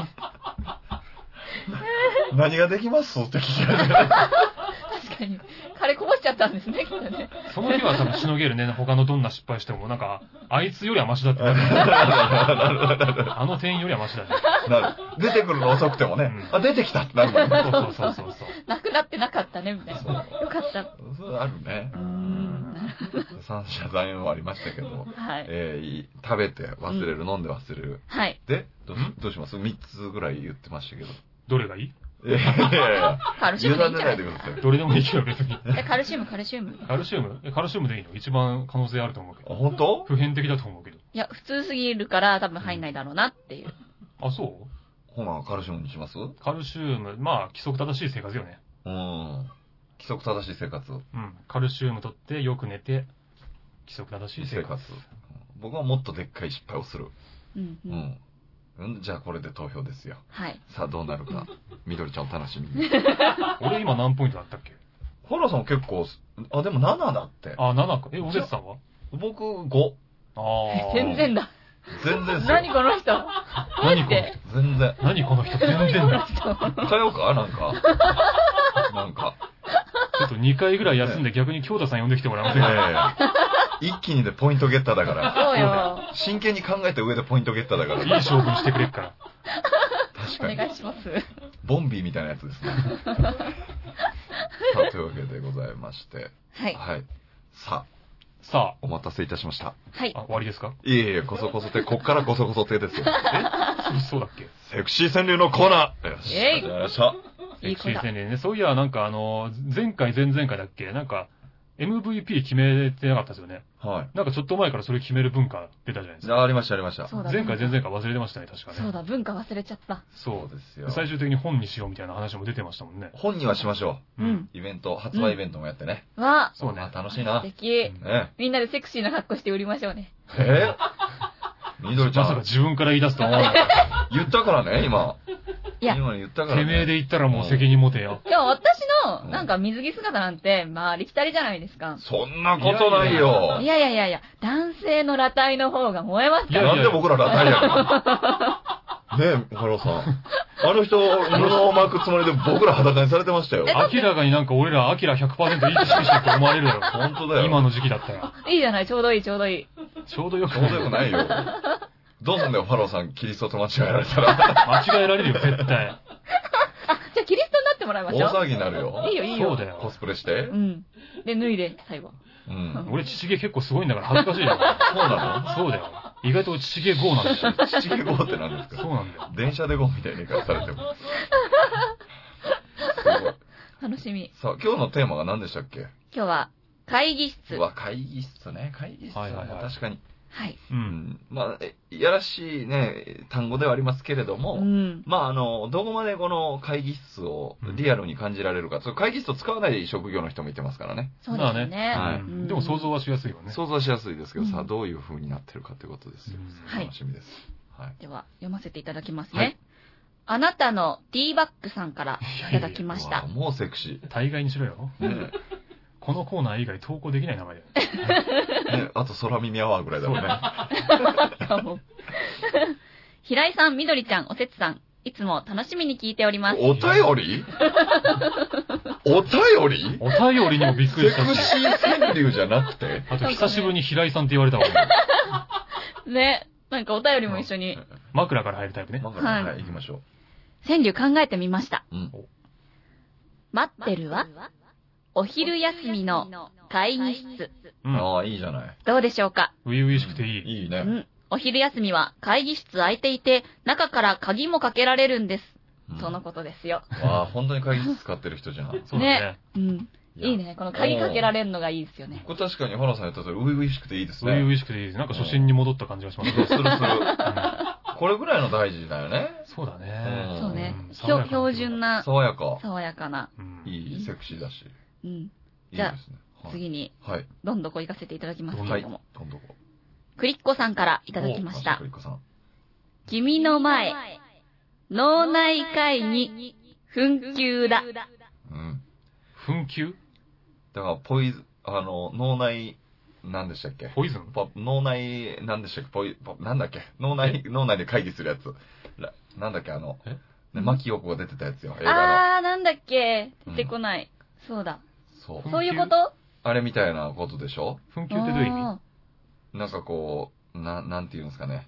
[SPEAKER 2] 何ができますって聞いて。
[SPEAKER 3] 確かに。カレーこぼしちゃったんですね、きっとね。
[SPEAKER 1] その日は多分しのげるね。他のどんな失敗しても、なんか、あいつよりはマシだ ってなる。あの店員よりはマシだね。
[SPEAKER 2] なる。出てくるの遅くてもね。
[SPEAKER 1] うん
[SPEAKER 2] あ、出てきたってなるもんね。
[SPEAKER 1] そうそうそうそう。
[SPEAKER 3] なくなってなかったね、みたいな。よかった。
[SPEAKER 2] それあるね。
[SPEAKER 3] ん
[SPEAKER 2] 三者残用もありましたけど。
[SPEAKER 3] はい。
[SPEAKER 2] えーいい食べて忘れる、飲んで忘れる。
[SPEAKER 3] はい。
[SPEAKER 2] で、どうし
[SPEAKER 1] うん
[SPEAKER 2] どうします ?3 つぐらい言ってましたけど。
[SPEAKER 1] どれがいい
[SPEAKER 2] いやいやいや
[SPEAKER 3] カルシウム
[SPEAKER 2] 油断
[SPEAKER 3] でいいんじ
[SPEAKER 2] で
[SPEAKER 3] ゃ
[SPEAKER 2] な
[SPEAKER 3] ないい
[SPEAKER 2] でください。
[SPEAKER 1] どれでもいいけど別に。
[SPEAKER 3] えカルシウム、カルシウム。
[SPEAKER 1] カルシウムえカルシウムでいいの一番可能性あると思うけ
[SPEAKER 2] あ、
[SPEAKER 1] ど。
[SPEAKER 2] 本当
[SPEAKER 1] 普遍的だと思うけど。
[SPEAKER 3] いや、普通すぎるから多分入んないだろうなっていう。
[SPEAKER 1] あ、そう
[SPEAKER 2] ほな、カルシウムにしますう
[SPEAKER 1] カルシウム、まあ、規則正しい生活よね。
[SPEAKER 2] ん。規則正しい生活。
[SPEAKER 1] うん。カルシウム取って、よく寝て、規則正しい生
[SPEAKER 2] 生
[SPEAKER 1] 活
[SPEAKER 2] 活。。僕はもっとでっかい失敗をする。
[SPEAKER 3] うん、
[SPEAKER 2] う
[SPEAKER 3] う。
[SPEAKER 2] んん。うんじゃあこれで投票ですよ。
[SPEAKER 3] はい。
[SPEAKER 2] さあどうなる か。みどりちゃんお楽しみに。
[SPEAKER 1] 俺今何ポイントだったっけ
[SPEAKER 2] ホラさんは結構、あ、でも7だって。
[SPEAKER 1] あ、7か。え、おせつさんは
[SPEAKER 2] 僕5。
[SPEAKER 1] ああ。
[SPEAKER 3] 全。然だ。
[SPEAKER 2] 全然ですよ。
[SPEAKER 3] 何この人
[SPEAKER 1] 何こ
[SPEAKER 3] 待って
[SPEAKER 1] の
[SPEAKER 2] 全然。
[SPEAKER 1] 何この人全 然だ。
[SPEAKER 2] 変えようかなんか。なんか。
[SPEAKER 1] ちょっと2回ぐらい休んで逆に京太さん呼んできてもらえませんか
[SPEAKER 2] ええ一気にでポイントゲッターだから。
[SPEAKER 3] そうよ。
[SPEAKER 2] 真剣に考えて上でポイントゲッターだから。
[SPEAKER 1] いい勝負にしてくれっから。
[SPEAKER 2] 確
[SPEAKER 3] お
[SPEAKER 2] かに。
[SPEAKER 3] 願いします。
[SPEAKER 2] ボンビーみたいなやつ ですね。さあというわけでございまして。
[SPEAKER 3] はい。
[SPEAKER 2] はい。さあ、
[SPEAKER 1] さ
[SPEAKER 2] お待たせいたしました。
[SPEAKER 3] はい
[SPEAKER 1] あ、あ、。終わりですか
[SPEAKER 2] いえいえ、こそこそ亭、こっからこそこそ亭ですよ。
[SPEAKER 1] そうそうだっけ
[SPEAKER 2] セクシー川柳のコーナーよし
[SPEAKER 3] えい
[SPEAKER 2] 始まりました。
[SPEAKER 3] いい
[SPEAKER 1] セク
[SPEAKER 3] 子
[SPEAKER 1] シー
[SPEAKER 3] だ。
[SPEAKER 1] 宣言ね。そういや、なんかあの、前回、前々回だっけなんか、MVP 決めてなかったですよね。
[SPEAKER 2] はい。
[SPEAKER 1] なんかちょっと前からそれ決める文化出たじゃないです
[SPEAKER 2] じ
[SPEAKER 1] か。
[SPEAKER 2] ゃあ、ありました、ありました。
[SPEAKER 3] そうだね
[SPEAKER 1] 前回、前々回忘れてましたね、確かね。
[SPEAKER 3] そうだ、文化忘れちゃった。
[SPEAKER 2] そうですよ。
[SPEAKER 1] 最終的に本にしようみたいな話も出てましたもんね。
[SPEAKER 2] 本にはしましょ
[SPEAKER 3] う
[SPEAKER 1] うんん。
[SPEAKER 2] う。イベント、発売イベントもやってね。
[SPEAKER 3] わ
[SPEAKER 1] そう
[SPEAKER 2] ま
[SPEAKER 1] ね
[SPEAKER 2] あ、。楽しいな。
[SPEAKER 3] 素
[SPEAKER 2] ね
[SPEAKER 3] 敵。
[SPEAKER 2] え。
[SPEAKER 3] みんなでセクシーな格好して売りましょうね。
[SPEAKER 2] えみどりちゃ
[SPEAKER 1] まさか
[SPEAKER 2] ん、
[SPEAKER 1] 自分から言い出すとは思わなかっ
[SPEAKER 2] 言ったからね、今。
[SPEAKER 3] いや
[SPEAKER 2] 今言ったか
[SPEAKER 1] た。
[SPEAKER 2] ら、
[SPEAKER 1] て
[SPEAKER 2] ね。
[SPEAKER 1] めえで言ったらもう責任持て よ。
[SPEAKER 3] でも私の、なんか水着姿なんて、まあ、ありきたりじゃないですか。
[SPEAKER 2] そんなことないよ。
[SPEAKER 3] いやいやいやいや、男性の裸体の方が燃えま
[SPEAKER 1] い
[SPEAKER 3] す
[SPEAKER 1] やいや
[SPEAKER 2] なんで僕らラタイやるの ねえ、ハローさん。あの人、布を巻くつもりで僕ら裸にされてましたよ。
[SPEAKER 1] 明らかになんか俺ら、明ら100%いい年してると思われるだろ。
[SPEAKER 2] 本当だよ
[SPEAKER 1] 今の時期だったら。
[SPEAKER 3] いいじゃない、ちょうどいい、ちょうどいい。
[SPEAKER 1] ちょうどよく
[SPEAKER 2] どうでもないよ。どうすんだよ、ファローさん、キリストと間違えられた ら。
[SPEAKER 1] 間違えられるよ、絶対。
[SPEAKER 3] あ、じゃあキリストになってもらいま
[SPEAKER 2] 大
[SPEAKER 3] しょう。
[SPEAKER 2] 騒ぎになるよ。
[SPEAKER 3] いいよ、いい
[SPEAKER 1] そう
[SPEAKER 3] よ
[SPEAKER 1] だ。
[SPEAKER 2] コ
[SPEAKER 1] よ。
[SPEAKER 2] スプレして
[SPEAKER 3] う。ん。で、脱いで、最後。
[SPEAKER 2] うん。
[SPEAKER 1] 俺、父毛結構すごいんだから恥ずかしいよ。そうなのそうだよ。意外と俺父毛豪なんだよ。
[SPEAKER 2] 七毛号って何です
[SPEAKER 1] そう
[SPEAKER 2] か
[SPEAKER 1] なんだよ。
[SPEAKER 2] 電車で号みたいに言い方されても。
[SPEAKER 4] すごい
[SPEAKER 3] 楽しみ。
[SPEAKER 2] さあ、今日のテーマが何でしたっけ
[SPEAKER 3] 今日は、会議室。
[SPEAKER 2] う
[SPEAKER 3] は
[SPEAKER 2] わ、会議室ね。会議室
[SPEAKER 1] はいはいはい
[SPEAKER 2] は確かに。
[SPEAKER 3] い。
[SPEAKER 1] う。
[SPEAKER 2] うんん。まあ、えいやらしいね、単語ではありますけれども、
[SPEAKER 3] うん。
[SPEAKER 2] まあ、あの、どこまでこの会議室をリアルに感じられるか、その会議室を使わない職業の人もいてますからね。
[SPEAKER 3] そうですよね。
[SPEAKER 2] まあねはい
[SPEAKER 1] うんでも想像はしやすいよね。
[SPEAKER 4] 想像しやすいですけどさ、
[SPEAKER 3] うん
[SPEAKER 4] どういう風になってるかということですよ。
[SPEAKER 1] うん
[SPEAKER 3] はい
[SPEAKER 4] 楽しみです。はい。
[SPEAKER 3] では、読ませていただきますね。
[SPEAKER 4] はい
[SPEAKER 3] あなたの D バックさんからいただきまし
[SPEAKER 2] うわ
[SPEAKER 3] た。
[SPEAKER 2] もうセクシ
[SPEAKER 1] 大概にしろよ。
[SPEAKER 2] ー。ね
[SPEAKER 1] このコーナー以外投稿できない名前だよね。
[SPEAKER 2] ねあと空耳アワーぐらいだもんね。
[SPEAKER 3] 平井さん、みどりちゃん、おせつさん、いつも楽しみに聞いております。
[SPEAKER 2] お便 りお便り
[SPEAKER 1] お便りにもびっくり
[SPEAKER 2] セ
[SPEAKER 1] した
[SPEAKER 2] ク
[SPEAKER 1] し。
[SPEAKER 2] シー川柳じゃなくて
[SPEAKER 1] あと、久しぶりに平井さんって言われたわ。俺
[SPEAKER 3] ね。なんかお便りも一緒に。
[SPEAKER 1] 枕から入るタイプね。
[SPEAKER 2] まあはい、
[SPEAKER 3] はい
[SPEAKER 2] 行きましょ
[SPEAKER 3] 川柳考えてみました。
[SPEAKER 2] う。うん。
[SPEAKER 3] 待ってるわ。お昼休みの会議室。
[SPEAKER 1] うん
[SPEAKER 2] ああ、いいじゃない。
[SPEAKER 3] どうでしょうか
[SPEAKER 1] 初々しくていい。
[SPEAKER 2] いいうね。
[SPEAKER 3] ん。お昼休みは会議室空いていて、中から鍵もかけられるんです。
[SPEAKER 2] うん
[SPEAKER 3] そのことですよ。
[SPEAKER 2] わあ、本当に会議室使ってる人じ ゃん。
[SPEAKER 1] そうだね。
[SPEAKER 3] うん。
[SPEAKER 2] や
[SPEAKER 3] いい。ね。この鍵かけられるのがいいですよね。
[SPEAKER 2] これ確かに、ホラさん言った通り、初々しくていいです
[SPEAKER 1] 初
[SPEAKER 2] ね。
[SPEAKER 1] 々しくていい。なんか初心に戻った感じがしますね。
[SPEAKER 2] するする。
[SPEAKER 1] うん
[SPEAKER 2] これぐらいの大事だよね。
[SPEAKER 1] そうだね。
[SPEAKER 3] そうね
[SPEAKER 1] うん。
[SPEAKER 3] ひょ標準。な、
[SPEAKER 2] 爽やか。
[SPEAKER 3] 爽やかな。
[SPEAKER 1] うん
[SPEAKER 2] いい、セクシーだし。
[SPEAKER 3] うん。
[SPEAKER 2] いい
[SPEAKER 3] じゃあ
[SPEAKER 2] ですね。はい。
[SPEAKER 3] 次に、
[SPEAKER 2] はい。
[SPEAKER 3] どんどこ行かせていただきますけ
[SPEAKER 2] は
[SPEAKER 3] れ
[SPEAKER 2] い。
[SPEAKER 3] ども。
[SPEAKER 2] どんどこ。
[SPEAKER 3] クリッコさんからい
[SPEAKER 2] い
[SPEAKER 3] ただきました
[SPEAKER 2] ク。リッコさん。
[SPEAKER 3] 君の前、脳内会に、紛糾だ。
[SPEAKER 2] うん。
[SPEAKER 1] 紛糾
[SPEAKER 2] だから、ポイズ、あの、脳内、なんでしたっけ
[SPEAKER 1] ポイズン
[SPEAKER 2] パ脳内、なんでしたっけポイ、ポなんだっけ脳内、脳内で会議するやつ。らなんだっけあの
[SPEAKER 1] え、
[SPEAKER 2] ね、牧陽子が出てたやつよ、映画の。
[SPEAKER 3] あー、なんだっけ出てこない。そうだ。
[SPEAKER 2] そう
[SPEAKER 1] 紛糾。
[SPEAKER 3] そういうこと
[SPEAKER 2] あれみたいなことでしょ
[SPEAKER 1] 紛糾ってどういう意味
[SPEAKER 3] あ
[SPEAKER 2] なんかこう、な、なんて言うんですか ね。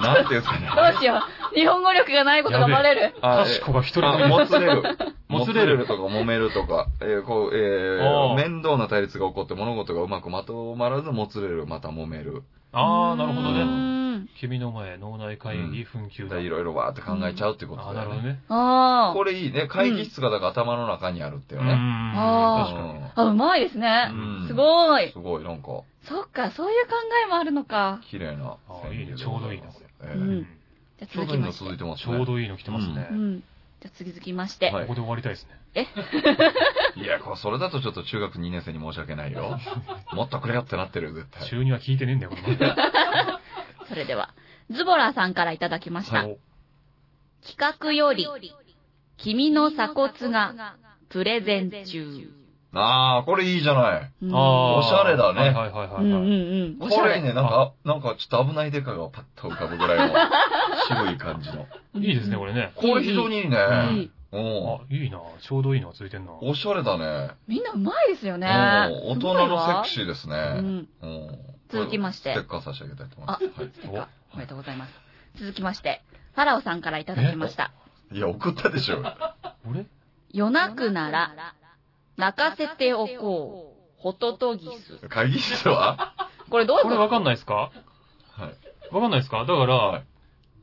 [SPEAKER 2] なんて言うんですかね。
[SPEAKER 3] ーどうしよう。日本語力がないことがバレる。
[SPEAKER 2] あ
[SPEAKER 1] かしこが一人
[SPEAKER 2] あ
[SPEAKER 1] だけ
[SPEAKER 2] もつれる。
[SPEAKER 1] も
[SPEAKER 2] も
[SPEAKER 1] つ
[SPEAKER 2] つ
[SPEAKER 1] れ
[SPEAKER 2] れ
[SPEAKER 1] る
[SPEAKER 2] るとか揉めるとか、えーこう、え
[SPEAKER 1] あ
[SPEAKER 2] ー
[SPEAKER 1] ー
[SPEAKER 2] 面倒な対立が起こって物事がうまくまとまらずもつれる、また揉める。
[SPEAKER 1] あー、なるほど
[SPEAKER 3] うー
[SPEAKER 1] ね。
[SPEAKER 3] ん。
[SPEAKER 1] 君の前、脳内会議、紛
[SPEAKER 2] い
[SPEAKER 1] 糾だ。
[SPEAKER 2] ろいろわーって考えちゃうってこと
[SPEAKER 1] あー、な
[SPEAKER 2] だよ
[SPEAKER 1] るほ
[SPEAKER 2] ね。
[SPEAKER 1] どね。
[SPEAKER 3] あ
[SPEAKER 2] こ
[SPEAKER 3] ー。
[SPEAKER 2] れいいね。会議室がだから頭の中にあるってよ
[SPEAKER 1] うん
[SPEAKER 2] ね。
[SPEAKER 3] あ
[SPEAKER 1] 確かに。
[SPEAKER 3] あ、うまいですね。
[SPEAKER 2] うん
[SPEAKER 3] すごい。
[SPEAKER 2] すごい、なんか、
[SPEAKER 3] そっか、そういう考えもあるのか。
[SPEAKER 2] 綺麗な
[SPEAKER 1] あーいいねちょうどいいなこれ
[SPEAKER 2] え
[SPEAKER 3] う
[SPEAKER 2] ー
[SPEAKER 3] んじゃあ
[SPEAKER 2] ちょう
[SPEAKER 3] 続
[SPEAKER 2] どいいの
[SPEAKER 3] きまして。
[SPEAKER 2] 続いてます
[SPEAKER 1] ち
[SPEAKER 2] ね。
[SPEAKER 1] ょうどいいの来てますね。
[SPEAKER 3] うん。じゃあ続きまして。
[SPEAKER 2] は
[SPEAKER 1] ここで終わりたいですね。
[SPEAKER 2] いや、これそれだとちょっと中学2年生に申し訳な いよ。もっとくれよってなってるよ、絶対。
[SPEAKER 1] 中には聞いてねえんだよ、この前
[SPEAKER 3] それでは、ズボラさんからいただきました。
[SPEAKER 1] お
[SPEAKER 3] 企画より、君の鎖骨が、プレゼン中。
[SPEAKER 2] ああ、これいいじゃない。
[SPEAKER 3] うん
[SPEAKER 1] あー
[SPEAKER 2] おしゃれだね
[SPEAKER 1] はいはいはいは
[SPEAKER 3] うん
[SPEAKER 1] い
[SPEAKER 3] うん
[SPEAKER 1] はい。
[SPEAKER 3] うん。
[SPEAKER 2] こ
[SPEAKER 3] おしゃ
[SPEAKER 2] れいい
[SPEAKER 3] れ。
[SPEAKER 2] ね、なんか、なんかちょっと危ないデカがパッと浮かぶぐらい の渋い感じの。
[SPEAKER 1] いいですね、これね。
[SPEAKER 2] これ非常にいいね。
[SPEAKER 1] れ
[SPEAKER 3] いい
[SPEAKER 2] うん
[SPEAKER 1] あ、いいな。ちょうどいいのがついてんな。
[SPEAKER 2] おしゃれだね。
[SPEAKER 3] みんなうまいですよね。
[SPEAKER 2] うん大人のセク
[SPEAKER 3] ー。
[SPEAKER 2] シーです
[SPEAKER 3] う
[SPEAKER 2] ね。
[SPEAKER 3] ん。
[SPEAKER 2] うん
[SPEAKER 3] 続きまして
[SPEAKER 2] ステッカー差し上げたいと思いま
[SPEAKER 3] あ、
[SPEAKER 2] す。
[SPEAKER 3] ステッカーおめでとうございます。続きまして、ファラオさんからいただきました。
[SPEAKER 2] いや、送ったでしょ。
[SPEAKER 1] 俺
[SPEAKER 3] 夜な
[SPEAKER 5] なく
[SPEAKER 3] く
[SPEAKER 5] な
[SPEAKER 3] な
[SPEAKER 5] ら
[SPEAKER 3] ら、、泣か
[SPEAKER 5] かせ
[SPEAKER 3] せ
[SPEAKER 5] て
[SPEAKER 3] て
[SPEAKER 5] お
[SPEAKER 3] お
[SPEAKER 5] こ
[SPEAKER 3] こ
[SPEAKER 5] う。
[SPEAKER 3] う、ホトトギス。
[SPEAKER 2] 会議室は
[SPEAKER 3] これどういう
[SPEAKER 1] こ
[SPEAKER 3] こ
[SPEAKER 1] れわ
[SPEAKER 3] と
[SPEAKER 1] かんないですか
[SPEAKER 2] はい。
[SPEAKER 1] わかんないですかだから、
[SPEAKER 2] はい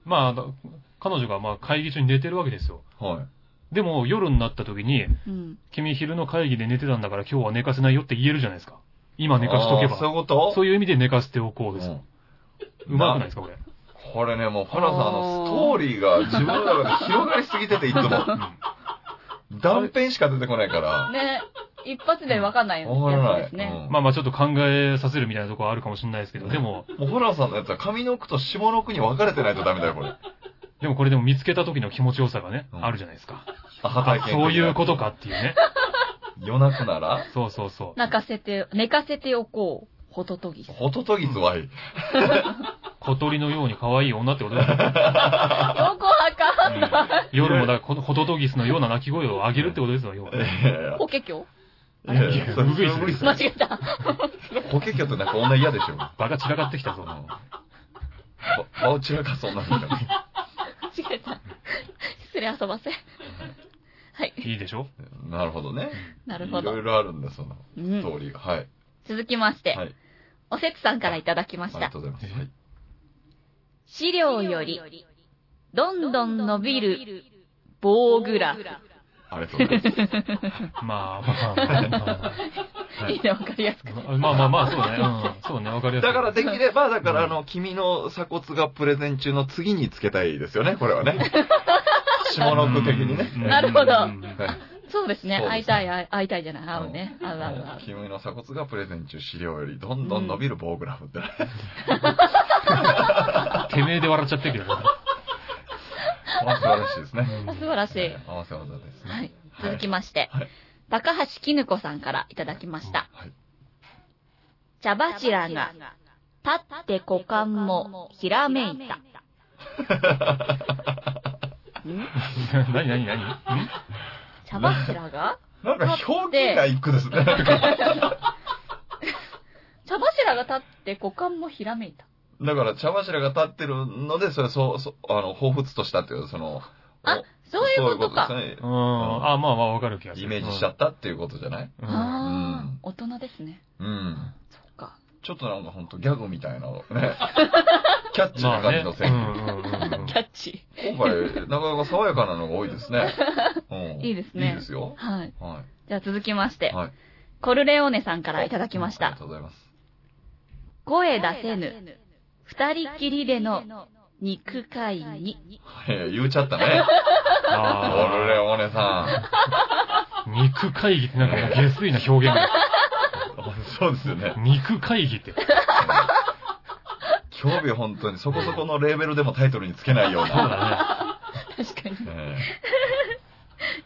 [SPEAKER 1] まああの、彼女がまあ会議中に寝てるわけですよ。
[SPEAKER 2] はい。
[SPEAKER 1] でも夜になった時に、
[SPEAKER 3] うん。
[SPEAKER 1] 君昼の会議で寝てたんだから今日は寝かせないよって言えるじゃないですか。今寝かしとけ
[SPEAKER 2] あーそうい
[SPEAKER 1] ば。
[SPEAKER 2] うこと
[SPEAKER 1] そういう意味で寝かせておこうです。
[SPEAKER 2] うん
[SPEAKER 1] うまくないですか、これ。
[SPEAKER 2] これね、もう、ファラさんのストーリーが自分の中で広がりすぎてて、いつも。断片しか出てこないから。
[SPEAKER 3] ね、一発でわかんないや
[SPEAKER 2] わから
[SPEAKER 3] つ
[SPEAKER 2] な
[SPEAKER 3] で
[SPEAKER 2] い。
[SPEAKER 3] すね。
[SPEAKER 1] まあまあちょっと考えさせるみたいなとこはあるかもしれないですけど、でも、
[SPEAKER 2] もうホラーさんのやつは上の句と下の句に分かれてないとダメだよ、これ。
[SPEAKER 1] でもこれでも見つけた時の気持ちよさがね、
[SPEAKER 2] うん
[SPEAKER 1] あるじゃないですか。
[SPEAKER 2] あ
[SPEAKER 1] あそういうこと。かっていうね。
[SPEAKER 2] 夜中なら
[SPEAKER 1] そうそうそう。
[SPEAKER 3] 泣かせて、寝かせておこう、ホトトギス。
[SPEAKER 2] ホトトギスはいい。
[SPEAKER 1] 小鳥のように可愛い女ってことだよね。
[SPEAKER 3] 横はかんない。
[SPEAKER 1] 夜もだからこのホトトギスのような鳴き声を上げるってことですよ、要は。
[SPEAKER 2] いやいや
[SPEAKER 3] ポケキョ
[SPEAKER 2] いやいやそれ
[SPEAKER 1] ウグイス
[SPEAKER 2] ウグイス
[SPEAKER 3] 間違えた。
[SPEAKER 2] ポケキョってなんか女嫌でしょ。
[SPEAKER 1] 場が散らかってきたぞ。
[SPEAKER 2] ば場を散らかそうなんだよね。
[SPEAKER 3] 間違えた。失礼遊ばせ。はい。
[SPEAKER 1] いいでしょ
[SPEAKER 2] なるほどね。
[SPEAKER 3] なるほ
[SPEAKER 2] いろ
[SPEAKER 3] ど
[SPEAKER 2] い。ろあるんだ、その
[SPEAKER 3] う
[SPEAKER 2] スト
[SPEAKER 3] ん、
[SPEAKER 2] ーリーが。はい。
[SPEAKER 3] 続きまして、
[SPEAKER 2] はい。
[SPEAKER 3] おせつさんからいただき
[SPEAKER 2] あ
[SPEAKER 3] ま
[SPEAKER 2] り
[SPEAKER 3] し
[SPEAKER 2] が
[SPEAKER 3] た。
[SPEAKER 2] とうございます。
[SPEAKER 1] え
[SPEAKER 2] はい
[SPEAKER 3] 資
[SPEAKER 5] 量
[SPEAKER 3] 料よ
[SPEAKER 5] より
[SPEAKER 3] り、、ど
[SPEAKER 5] ど
[SPEAKER 3] ん
[SPEAKER 5] ん
[SPEAKER 3] ど
[SPEAKER 5] ど
[SPEAKER 3] ん
[SPEAKER 5] ん
[SPEAKER 3] 伸
[SPEAKER 5] 伸
[SPEAKER 3] び
[SPEAKER 5] び
[SPEAKER 3] る
[SPEAKER 5] る、
[SPEAKER 3] 棒グラ。
[SPEAKER 2] ありがとうございます。
[SPEAKER 1] まあまあまあまあはい
[SPEAKER 3] いいね、わかりやすく。
[SPEAKER 1] まあ。まあまあまあ、そうね。うん。そうね、わかりやすい。
[SPEAKER 2] だから
[SPEAKER 1] で、
[SPEAKER 2] できれば、だから、あ
[SPEAKER 1] うん
[SPEAKER 2] の、君の鎖骨がプレゼン中の次につけたいですよね、これは ね。下の句的にね。
[SPEAKER 1] うん
[SPEAKER 3] なるほど
[SPEAKER 1] うん
[SPEAKER 3] そうですね
[SPEAKER 2] そ。うですね
[SPEAKER 3] 会いたい、会い会いたいじゃない。合うね。合う合う合 う。
[SPEAKER 2] 君の鎖骨がプレゼン中資料よりどんどん伸びる棒グラフ って。
[SPEAKER 1] てめえで笑っちゃってるけどね。
[SPEAKER 2] 素晴らしいですね。
[SPEAKER 1] うん
[SPEAKER 3] 素晴らしい。
[SPEAKER 2] 合わせ技ですね。
[SPEAKER 3] はい。続きまして、
[SPEAKER 2] はい
[SPEAKER 3] 高橋絹子さんからいただきました。
[SPEAKER 2] はい。
[SPEAKER 3] 茶
[SPEAKER 5] バチ
[SPEAKER 3] 柱
[SPEAKER 5] ラ
[SPEAKER 3] が
[SPEAKER 5] が、
[SPEAKER 3] 立っ
[SPEAKER 5] で
[SPEAKER 3] て
[SPEAKER 5] 股
[SPEAKER 3] 股
[SPEAKER 5] 間
[SPEAKER 3] 間
[SPEAKER 5] も
[SPEAKER 3] も
[SPEAKER 5] ひ
[SPEAKER 3] ひ
[SPEAKER 5] ら
[SPEAKER 3] ら
[SPEAKER 5] め
[SPEAKER 3] めい
[SPEAKER 5] いた
[SPEAKER 3] た。。
[SPEAKER 1] 何何何ん
[SPEAKER 3] 茶柱が
[SPEAKER 2] なんか表記が一句です ね。なんか
[SPEAKER 3] 茶柱が立って股間もひらめいた。
[SPEAKER 2] だから茶柱が立ってるので、それ、そう、そう、あの、彷彿としたっていう、その、
[SPEAKER 3] あ
[SPEAKER 2] お、
[SPEAKER 3] そういうことか。
[SPEAKER 2] そういうこ
[SPEAKER 1] うん。あ、まあまあ、わかる気
[SPEAKER 2] と
[SPEAKER 1] が
[SPEAKER 2] ですす
[SPEAKER 1] る。
[SPEAKER 2] ね。イメージしちゃったっていうことじゃない
[SPEAKER 1] うん。うん
[SPEAKER 3] ああ
[SPEAKER 2] うん、
[SPEAKER 3] 大人ですね。
[SPEAKER 2] うん。
[SPEAKER 3] そっか。
[SPEAKER 2] ちょっとなんかほんとギャグみたいなね。 キャッチーな
[SPEAKER 1] まあ
[SPEAKER 2] 感
[SPEAKER 1] ね。うん
[SPEAKER 2] じの
[SPEAKER 1] う
[SPEAKER 2] 線。
[SPEAKER 1] んうんうん
[SPEAKER 3] キャッチ。
[SPEAKER 2] 今回、なかなか爽やかなのが多いです ね。うん
[SPEAKER 3] いいですね
[SPEAKER 2] いいですよ。
[SPEAKER 3] はい。
[SPEAKER 2] は
[SPEAKER 3] じゃあ続きまし
[SPEAKER 2] い。
[SPEAKER 3] て、
[SPEAKER 2] はい。
[SPEAKER 3] コルレオーネさんからいただきまし
[SPEAKER 2] ありが
[SPEAKER 3] た。
[SPEAKER 2] とうございます。
[SPEAKER 3] 声
[SPEAKER 5] 手
[SPEAKER 3] 出せ
[SPEAKER 5] 出せ
[SPEAKER 3] ぬ、
[SPEAKER 5] ぬ。
[SPEAKER 3] 二
[SPEAKER 5] 二
[SPEAKER 3] 人
[SPEAKER 5] 人
[SPEAKER 3] き
[SPEAKER 5] き
[SPEAKER 3] り
[SPEAKER 5] り
[SPEAKER 3] で
[SPEAKER 5] で
[SPEAKER 3] の
[SPEAKER 5] の
[SPEAKER 3] 肉会
[SPEAKER 5] 会
[SPEAKER 3] に。
[SPEAKER 5] に。
[SPEAKER 2] はい 言っちゃったね。オルレ
[SPEAKER 1] あ
[SPEAKER 2] オネさ
[SPEAKER 1] あ。肉会議ってなんかもう下水な表現だ。
[SPEAKER 2] ん。 そうですよね。
[SPEAKER 1] 肉会議って。
[SPEAKER 2] 興味本当にそこそこのレーベルでもタイトルにつけないよう
[SPEAKER 1] そう
[SPEAKER 2] な。
[SPEAKER 1] だ
[SPEAKER 3] 確か
[SPEAKER 2] え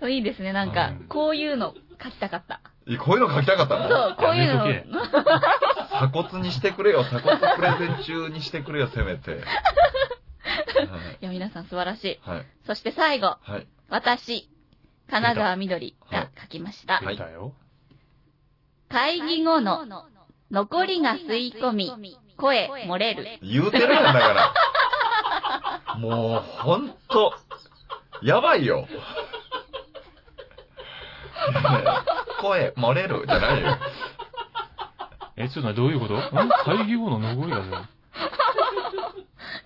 [SPEAKER 3] に。いいですね。なん
[SPEAKER 1] う
[SPEAKER 3] か
[SPEAKER 1] ん、
[SPEAKER 3] こういうの書きたかった。
[SPEAKER 2] えこういうの書きたかった
[SPEAKER 3] そ
[SPEAKER 2] の
[SPEAKER 3] う、こういうの。
[SPEAKER 1] やめ
[SPEAKER 3] う
[SPEAKER 2] 鎖骨にしてくれよ。鎖骨プレゼン中にしてくれよ、せめて。はい
[SPEAKER 3] や、皆さん素晴らしい。
[SPEAKER 2] はい。
[SPEAKER 3] そして最後、
[SPEAKER 2] はい。
[SPEAKER 3] 私、金沢みどり
[SPEAKER 2] は
[SPEAKER 3] が
[SPEAKER 2] い
[SPEAKER 3] 書きました
[SPEAKER 1] ね。。
[SPEAKER 2] はい
[SPEAKER 1] 出たよ。
[SPEAKER 3] 会
[SPEAKER 5] 会
[SPEAKER 3] 議
[SPEAKER 5] 議
[SPEAKER 3] 後
[SPEAKER 5] 後
[SPEAKER 3] の
[SPEAKER 5] の
[SPEAKER 3] 残
[SPEAKER 5] 残
[SPEAKER 3] り
[SPEAKER 5] り
[SPEAKER 3] が
[SPEAKER 5] が
[SPEAKER 3] 吸
[SPEAKER 5] 吸
[SPEAKER 3] い
[SPEAKER 5] い
[SPEAKER 3] 込
[SPEAKER 5] 込
[SPEAKER 3] み、
[SPEAKER 5] み、
[SPEAKER 3] 声
[SPEAKER 5] 声
[SPEAKER 3] 漏
[SPEAKER 5] 漏
[SPEAKER 3] れ
[SPEAKER 5] れ
[SPEAKER 3] る
[SPEAKER 5] る。
[SPEAKER 2] 言うてるやんだから。もう、ほんと、やばいよ。声、漏れる、じゃないよ。
[SPEAKER 1] え、ちょっと待ってどういうことん会議後の残りがね。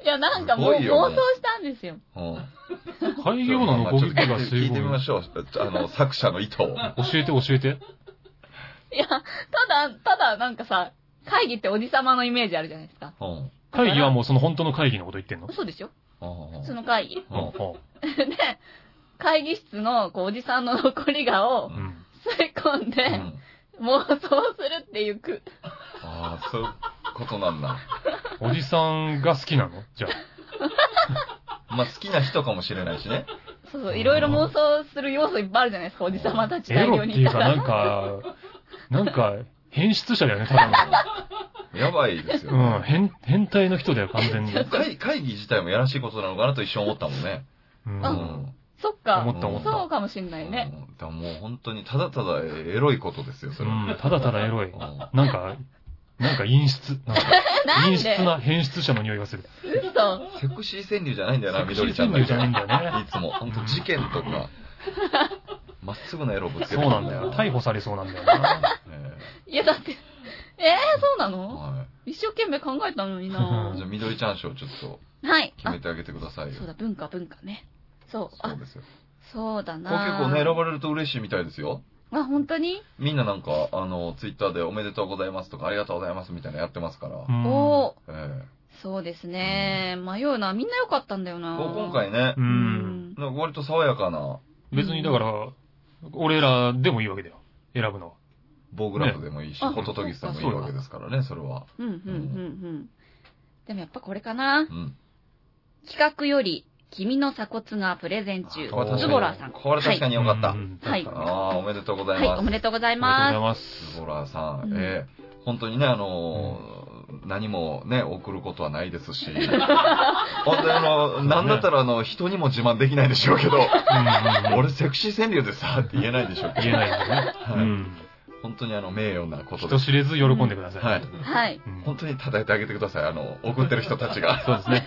[SPEAKER 3] いや、なんかもう
[SPEAKER 2] すごいよ
[SPEAKER 3] 妄
[SPEAKER 2] ね
[SPEAKER 3] 想したんですよ。
[SPEAKER 2] うん
[SPEAKER 1] 会議後の残りが
[SPEAKER 2] 聞
[SPEAKER 1] 水
[SPEAKER 2] いてみ
[SPEAKER 1] 分
[SPEAKER 2] ま。しょう。あの、作者の意図を。
[SPEAKER 1] 教えて教えて。
[SPEAKER 3] いや、ただ、ただなんかさ、会議っておじさまのイメージあるじゃないですか。
[SPEAKER 2] うん
[SPEAKER 1] 会議はもうその本当の会議のこと言ってんの
[SPEAKER 3] そうでしょ
[SPEAKER 2] うんうん
[SPEAKER 3] 普通の会議。
[SPEAKER 2] うん
[SPEAKER 1] う
[SPEAKER 3] で、会議室のこうおじさんの残りがを
[SPEAKER 1] ん。うん。
[SPEAKER 3] 吸い込んで、
[SPEAKER 2] うん
[SPEAKER 3] 妄想するっていうく、
[SPEAKER 2] ああ、そういうことなんだ。
[SPEAKER 1] おじさんが好きなのじゃあ。
[SPEAKER 2] まあ、好きな人かもしれないしね。
[SPEAKER 3] そうそう、いろいろ妄想する要素いっぱいあるじゃないですか、おじさまたち
[SPEAKER 1] エ
[SPEAKER 3] 大
[SPEAKER 1] ロ
[SPEAKER 3] 量
[SPEAKER 1] って
[SPEAKER 3] にい
[SPEAKER 1] いう
[SPEAKER 3] た。
[SPEAKER 1] からなんか、なんか、変質者だよね、多
[SPEAKER 2] やばいですよ
[SPEAKER 1] 分。うん、
[SPEAKER 2] ね。
[SPEAKER 1] 変、変態の人だよ、完全に。
[SPEAKER 2] 会会議自体もやらしいことなのかなと一瞬思ったもんね。
[SPEAKER 1] う。
[SPEAKER 2] うんん。
[SPEAKER 3] そっか
[SPEAKER 1] 思った思った
[SPEAKER 3] そうかもしんないね。
[SPEAKER 2] うん。だからもう本当にただただエロいことですよ、それは。
[SPEAKER 1] うん、ただただエロい。
[SPEAKER 2] うん
[SPEAKER 1] なんか、なんか陰湿。なんか
[SPEAKER 3] なん
[SPEAKER 1] 陰
[SPEAKER 3] で
[SPEAKER 1] 湿な変質者の匂いがする。
[SPEAKER 3] 嘘。
[SPEAKER 2] セクシー川柳じゃないんだよな、
[SPEAKER 1] セクシー
[SPEAKER 2] 緑ちゃんだけ
[SPEAKER 1] 川柳じゃないんだよね
[SPEAKER 2] いつも。本当事件とか、まっすぐなエロぶつけ
[SPEAKER 1] そう
[SPEAKER 2] てくる
[SPEAKER 1] なんだよ。逮捕されそうなんだよな。
[SPEAKER 2] え
[SPEAKER 3] いや、だって、えー、そうな
[SPEAKER 2] え
[SPEAKER 3] の
[SPEAKER 2] は
[SPEAKER 3] 一生懸命考えたのに
[SPEAKER 2] い。じゃ
[SPEAKER 3] な
[SPEAKER 2] あ、緑ちゃん賞ちょっと
[SPEAKER 3] はい。
[SPEAKER 2] 決
[SPEAKER 3] あ
[SPEAKER 2] め、てあげてくださいよ
[SPEAKER 3] そう。だ、文化、文化ね。そう、
[SPEAKER 2] そ
[SPEAKER 3] あ
[SPEAKER 2] う、ですよ。
[SPEAKER 3] そうだ
[SPEAKER 2] この
[SPEAKER 3] な
[SPEAKER 2] 曲をね、選ばれると嬉しいみたいですよ。
[SPEAKER 3] あ、本当に
[SPEAKER 2] みんななんか、あの、ツイッターでおめでとうございますとか、ありがとうございますみたいなのやってますから。
[SPEAKER 1] うん
[SPEAKER 3] おー。
[SPEAKER 2] え
[SPEAKER 3] そうですね。迷うな。みんな良かったんだよ
[SPEAKER 2] え
[SPEAKER 3] な。
[SPEAKER 2] こう今回ね
[SPEAKER 1] う、。
[SPEAKER 3] うんん。
[SPEAKER 2] なんか割と爽やかな
[SPEAKER 1] 別にだから、俺らでもいいわけだよ。選ぶのは。
[SPEAKER 2] 棒グラフでもいいし、
[SPEAKER 3] ねあ
[SPEAKER 2] ホトトギスでもいい
[SPEAKER 1] そうか
[SPEAKER 2] わけですからね、それは。
[SPEAKER 3] うん、うん、うん、うん。でもやっぱこれかな
[SPEAKER 2] う。ん。
[SPEAKER 3] 企画より、君の鎖骨がプレゼン中
[SPEAKER 2] これ。
[SPEAKER 1] あ
[SPEAKER 2] 確
[SPEAKER 3] ズ
[SPEAKER 2] か
[SPEAKER 3] ボラーさ
[SPEAKER 2] に、
[SPEAKER 3] ん。
[SPEAKER 2] これ確かによかった。
[SPEAKER 1] うん
[SPEAKER 3] はい
[SPEAKER 1] 確かに
[SPEAKER 2] ああ、おめでとうござ
[SPEAKER 3] はいい、
[SPEAKER 2] ます。
[SPEAKER 3] おめでとうござい
[SPEAKER 1] ありがとう
[SPEAKER 3] ま
[SPEAKER 1] ございます。
[SPEAKER 2] ズボラーさ
[SPEAKER 3] うん
[SPEAKER 2] ん、ええ本当にね、あのー何もね、送ることはないで すし、本当にあの、なんだったらあの、人にも自慢できないでしょうけど、
[SPEAKER 1] うんうんうん
[SPEAKER 2] 俺セクシー川柳でさ、って言えないでしょうけど、
[SPEAKER 1] 言えないんだよね。
[SPEAKER 2] はい
[SPEAKER 1] うん。
[SPEAKER 2] 本当にあの、名誉なことで
[SPEAKER 1] 人
[SPEAKER 2] す。
[SPEAKER 1] 知れず喜んでください。
[SPEAKER 2] はい。
[SPEAKER 3] す。はい。
[SPEAKER 1] うん
[SPEAKER 2] 本当に叩いてあげてください、あの、送ってる人たちが。
[SPEAKER 1] そうですね。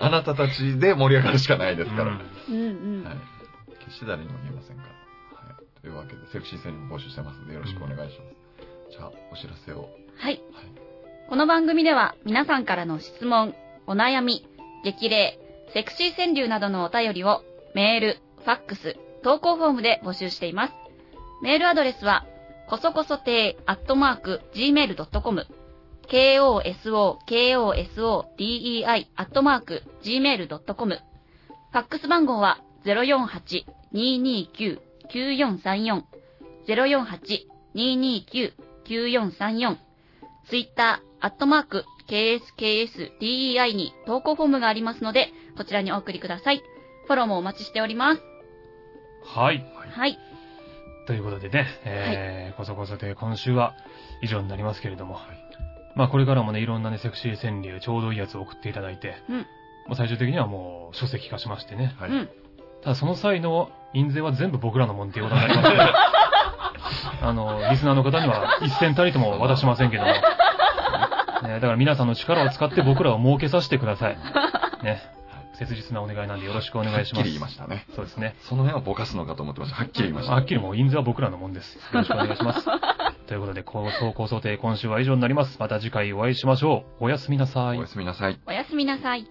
[SPEAKER 2] あなたたちで盛り上がるしかないですから。
[SPEAKER 3] うん、うん。
[SPEAKER 2] はい。決して誰にも言えませんから。はい。というわけで、セクシー戦にも募集してますので、よろしくお願いします。じゃあ、お知らせを。
[SPEAKER 3] はい。この番組では皆さんからの質問、お悩み、激励、セクシー川柳などのお便りをメール、ファックス、投稿フォームで募集しています。メールアドレスは、こそこそ亭アットマーク gmail.com、kosokosodei アットマーク gmail.com、ファックス番号は048-229-9434、048-229-9434、ツイッター、アットマーク、KSKSDEI に投稿フォームがありますので、こちらにお送りください。フォローもお待ちしております。
[SPEAKER 1] はい。
[SPEAKER 3] はい。
[SPEAKER 1] ということでね、えーこそこそで今週は以上になりますけれども、まあこれからもね、いろんなね、セクシー川柳、ちょうどいいやつを送っていただいて、
[SPEAKER 3] うん
[SPEAKER 1] まあ最終的にはもう書籍化しましてね、
[SPEAKER 2] はい
[SPEAKER 3] うん
[SPEAKER 1] ただその際の印税は全部僕らのもんっていうことになりますので、 あの、リスナーの方には一銭たりとも渡しませんけども、ね、だから皆さんの力を使って僕らを儲けさせてください。ね、切実なお願いなんでよろしくお願いし
[SPEAKER 2] はっきり
[SPEAKER 1] ます。
[SPEAKER 2] 言いましたね。
[SPEAKER 1] そうですね。
[SPEAKER 2] その辺はぼかすのかと思ってました。はっきり言いました。
[SPEAKER 1] はっきりもう、印税は僕らのもんです。よろしくお願いします。ということで、構想構想定今週は以上になります。また次回お会いしましょう。おやすみなさい
[SPEAKER 2] おや。すみなさい。
[SPEAKER 3] おやすみなさい。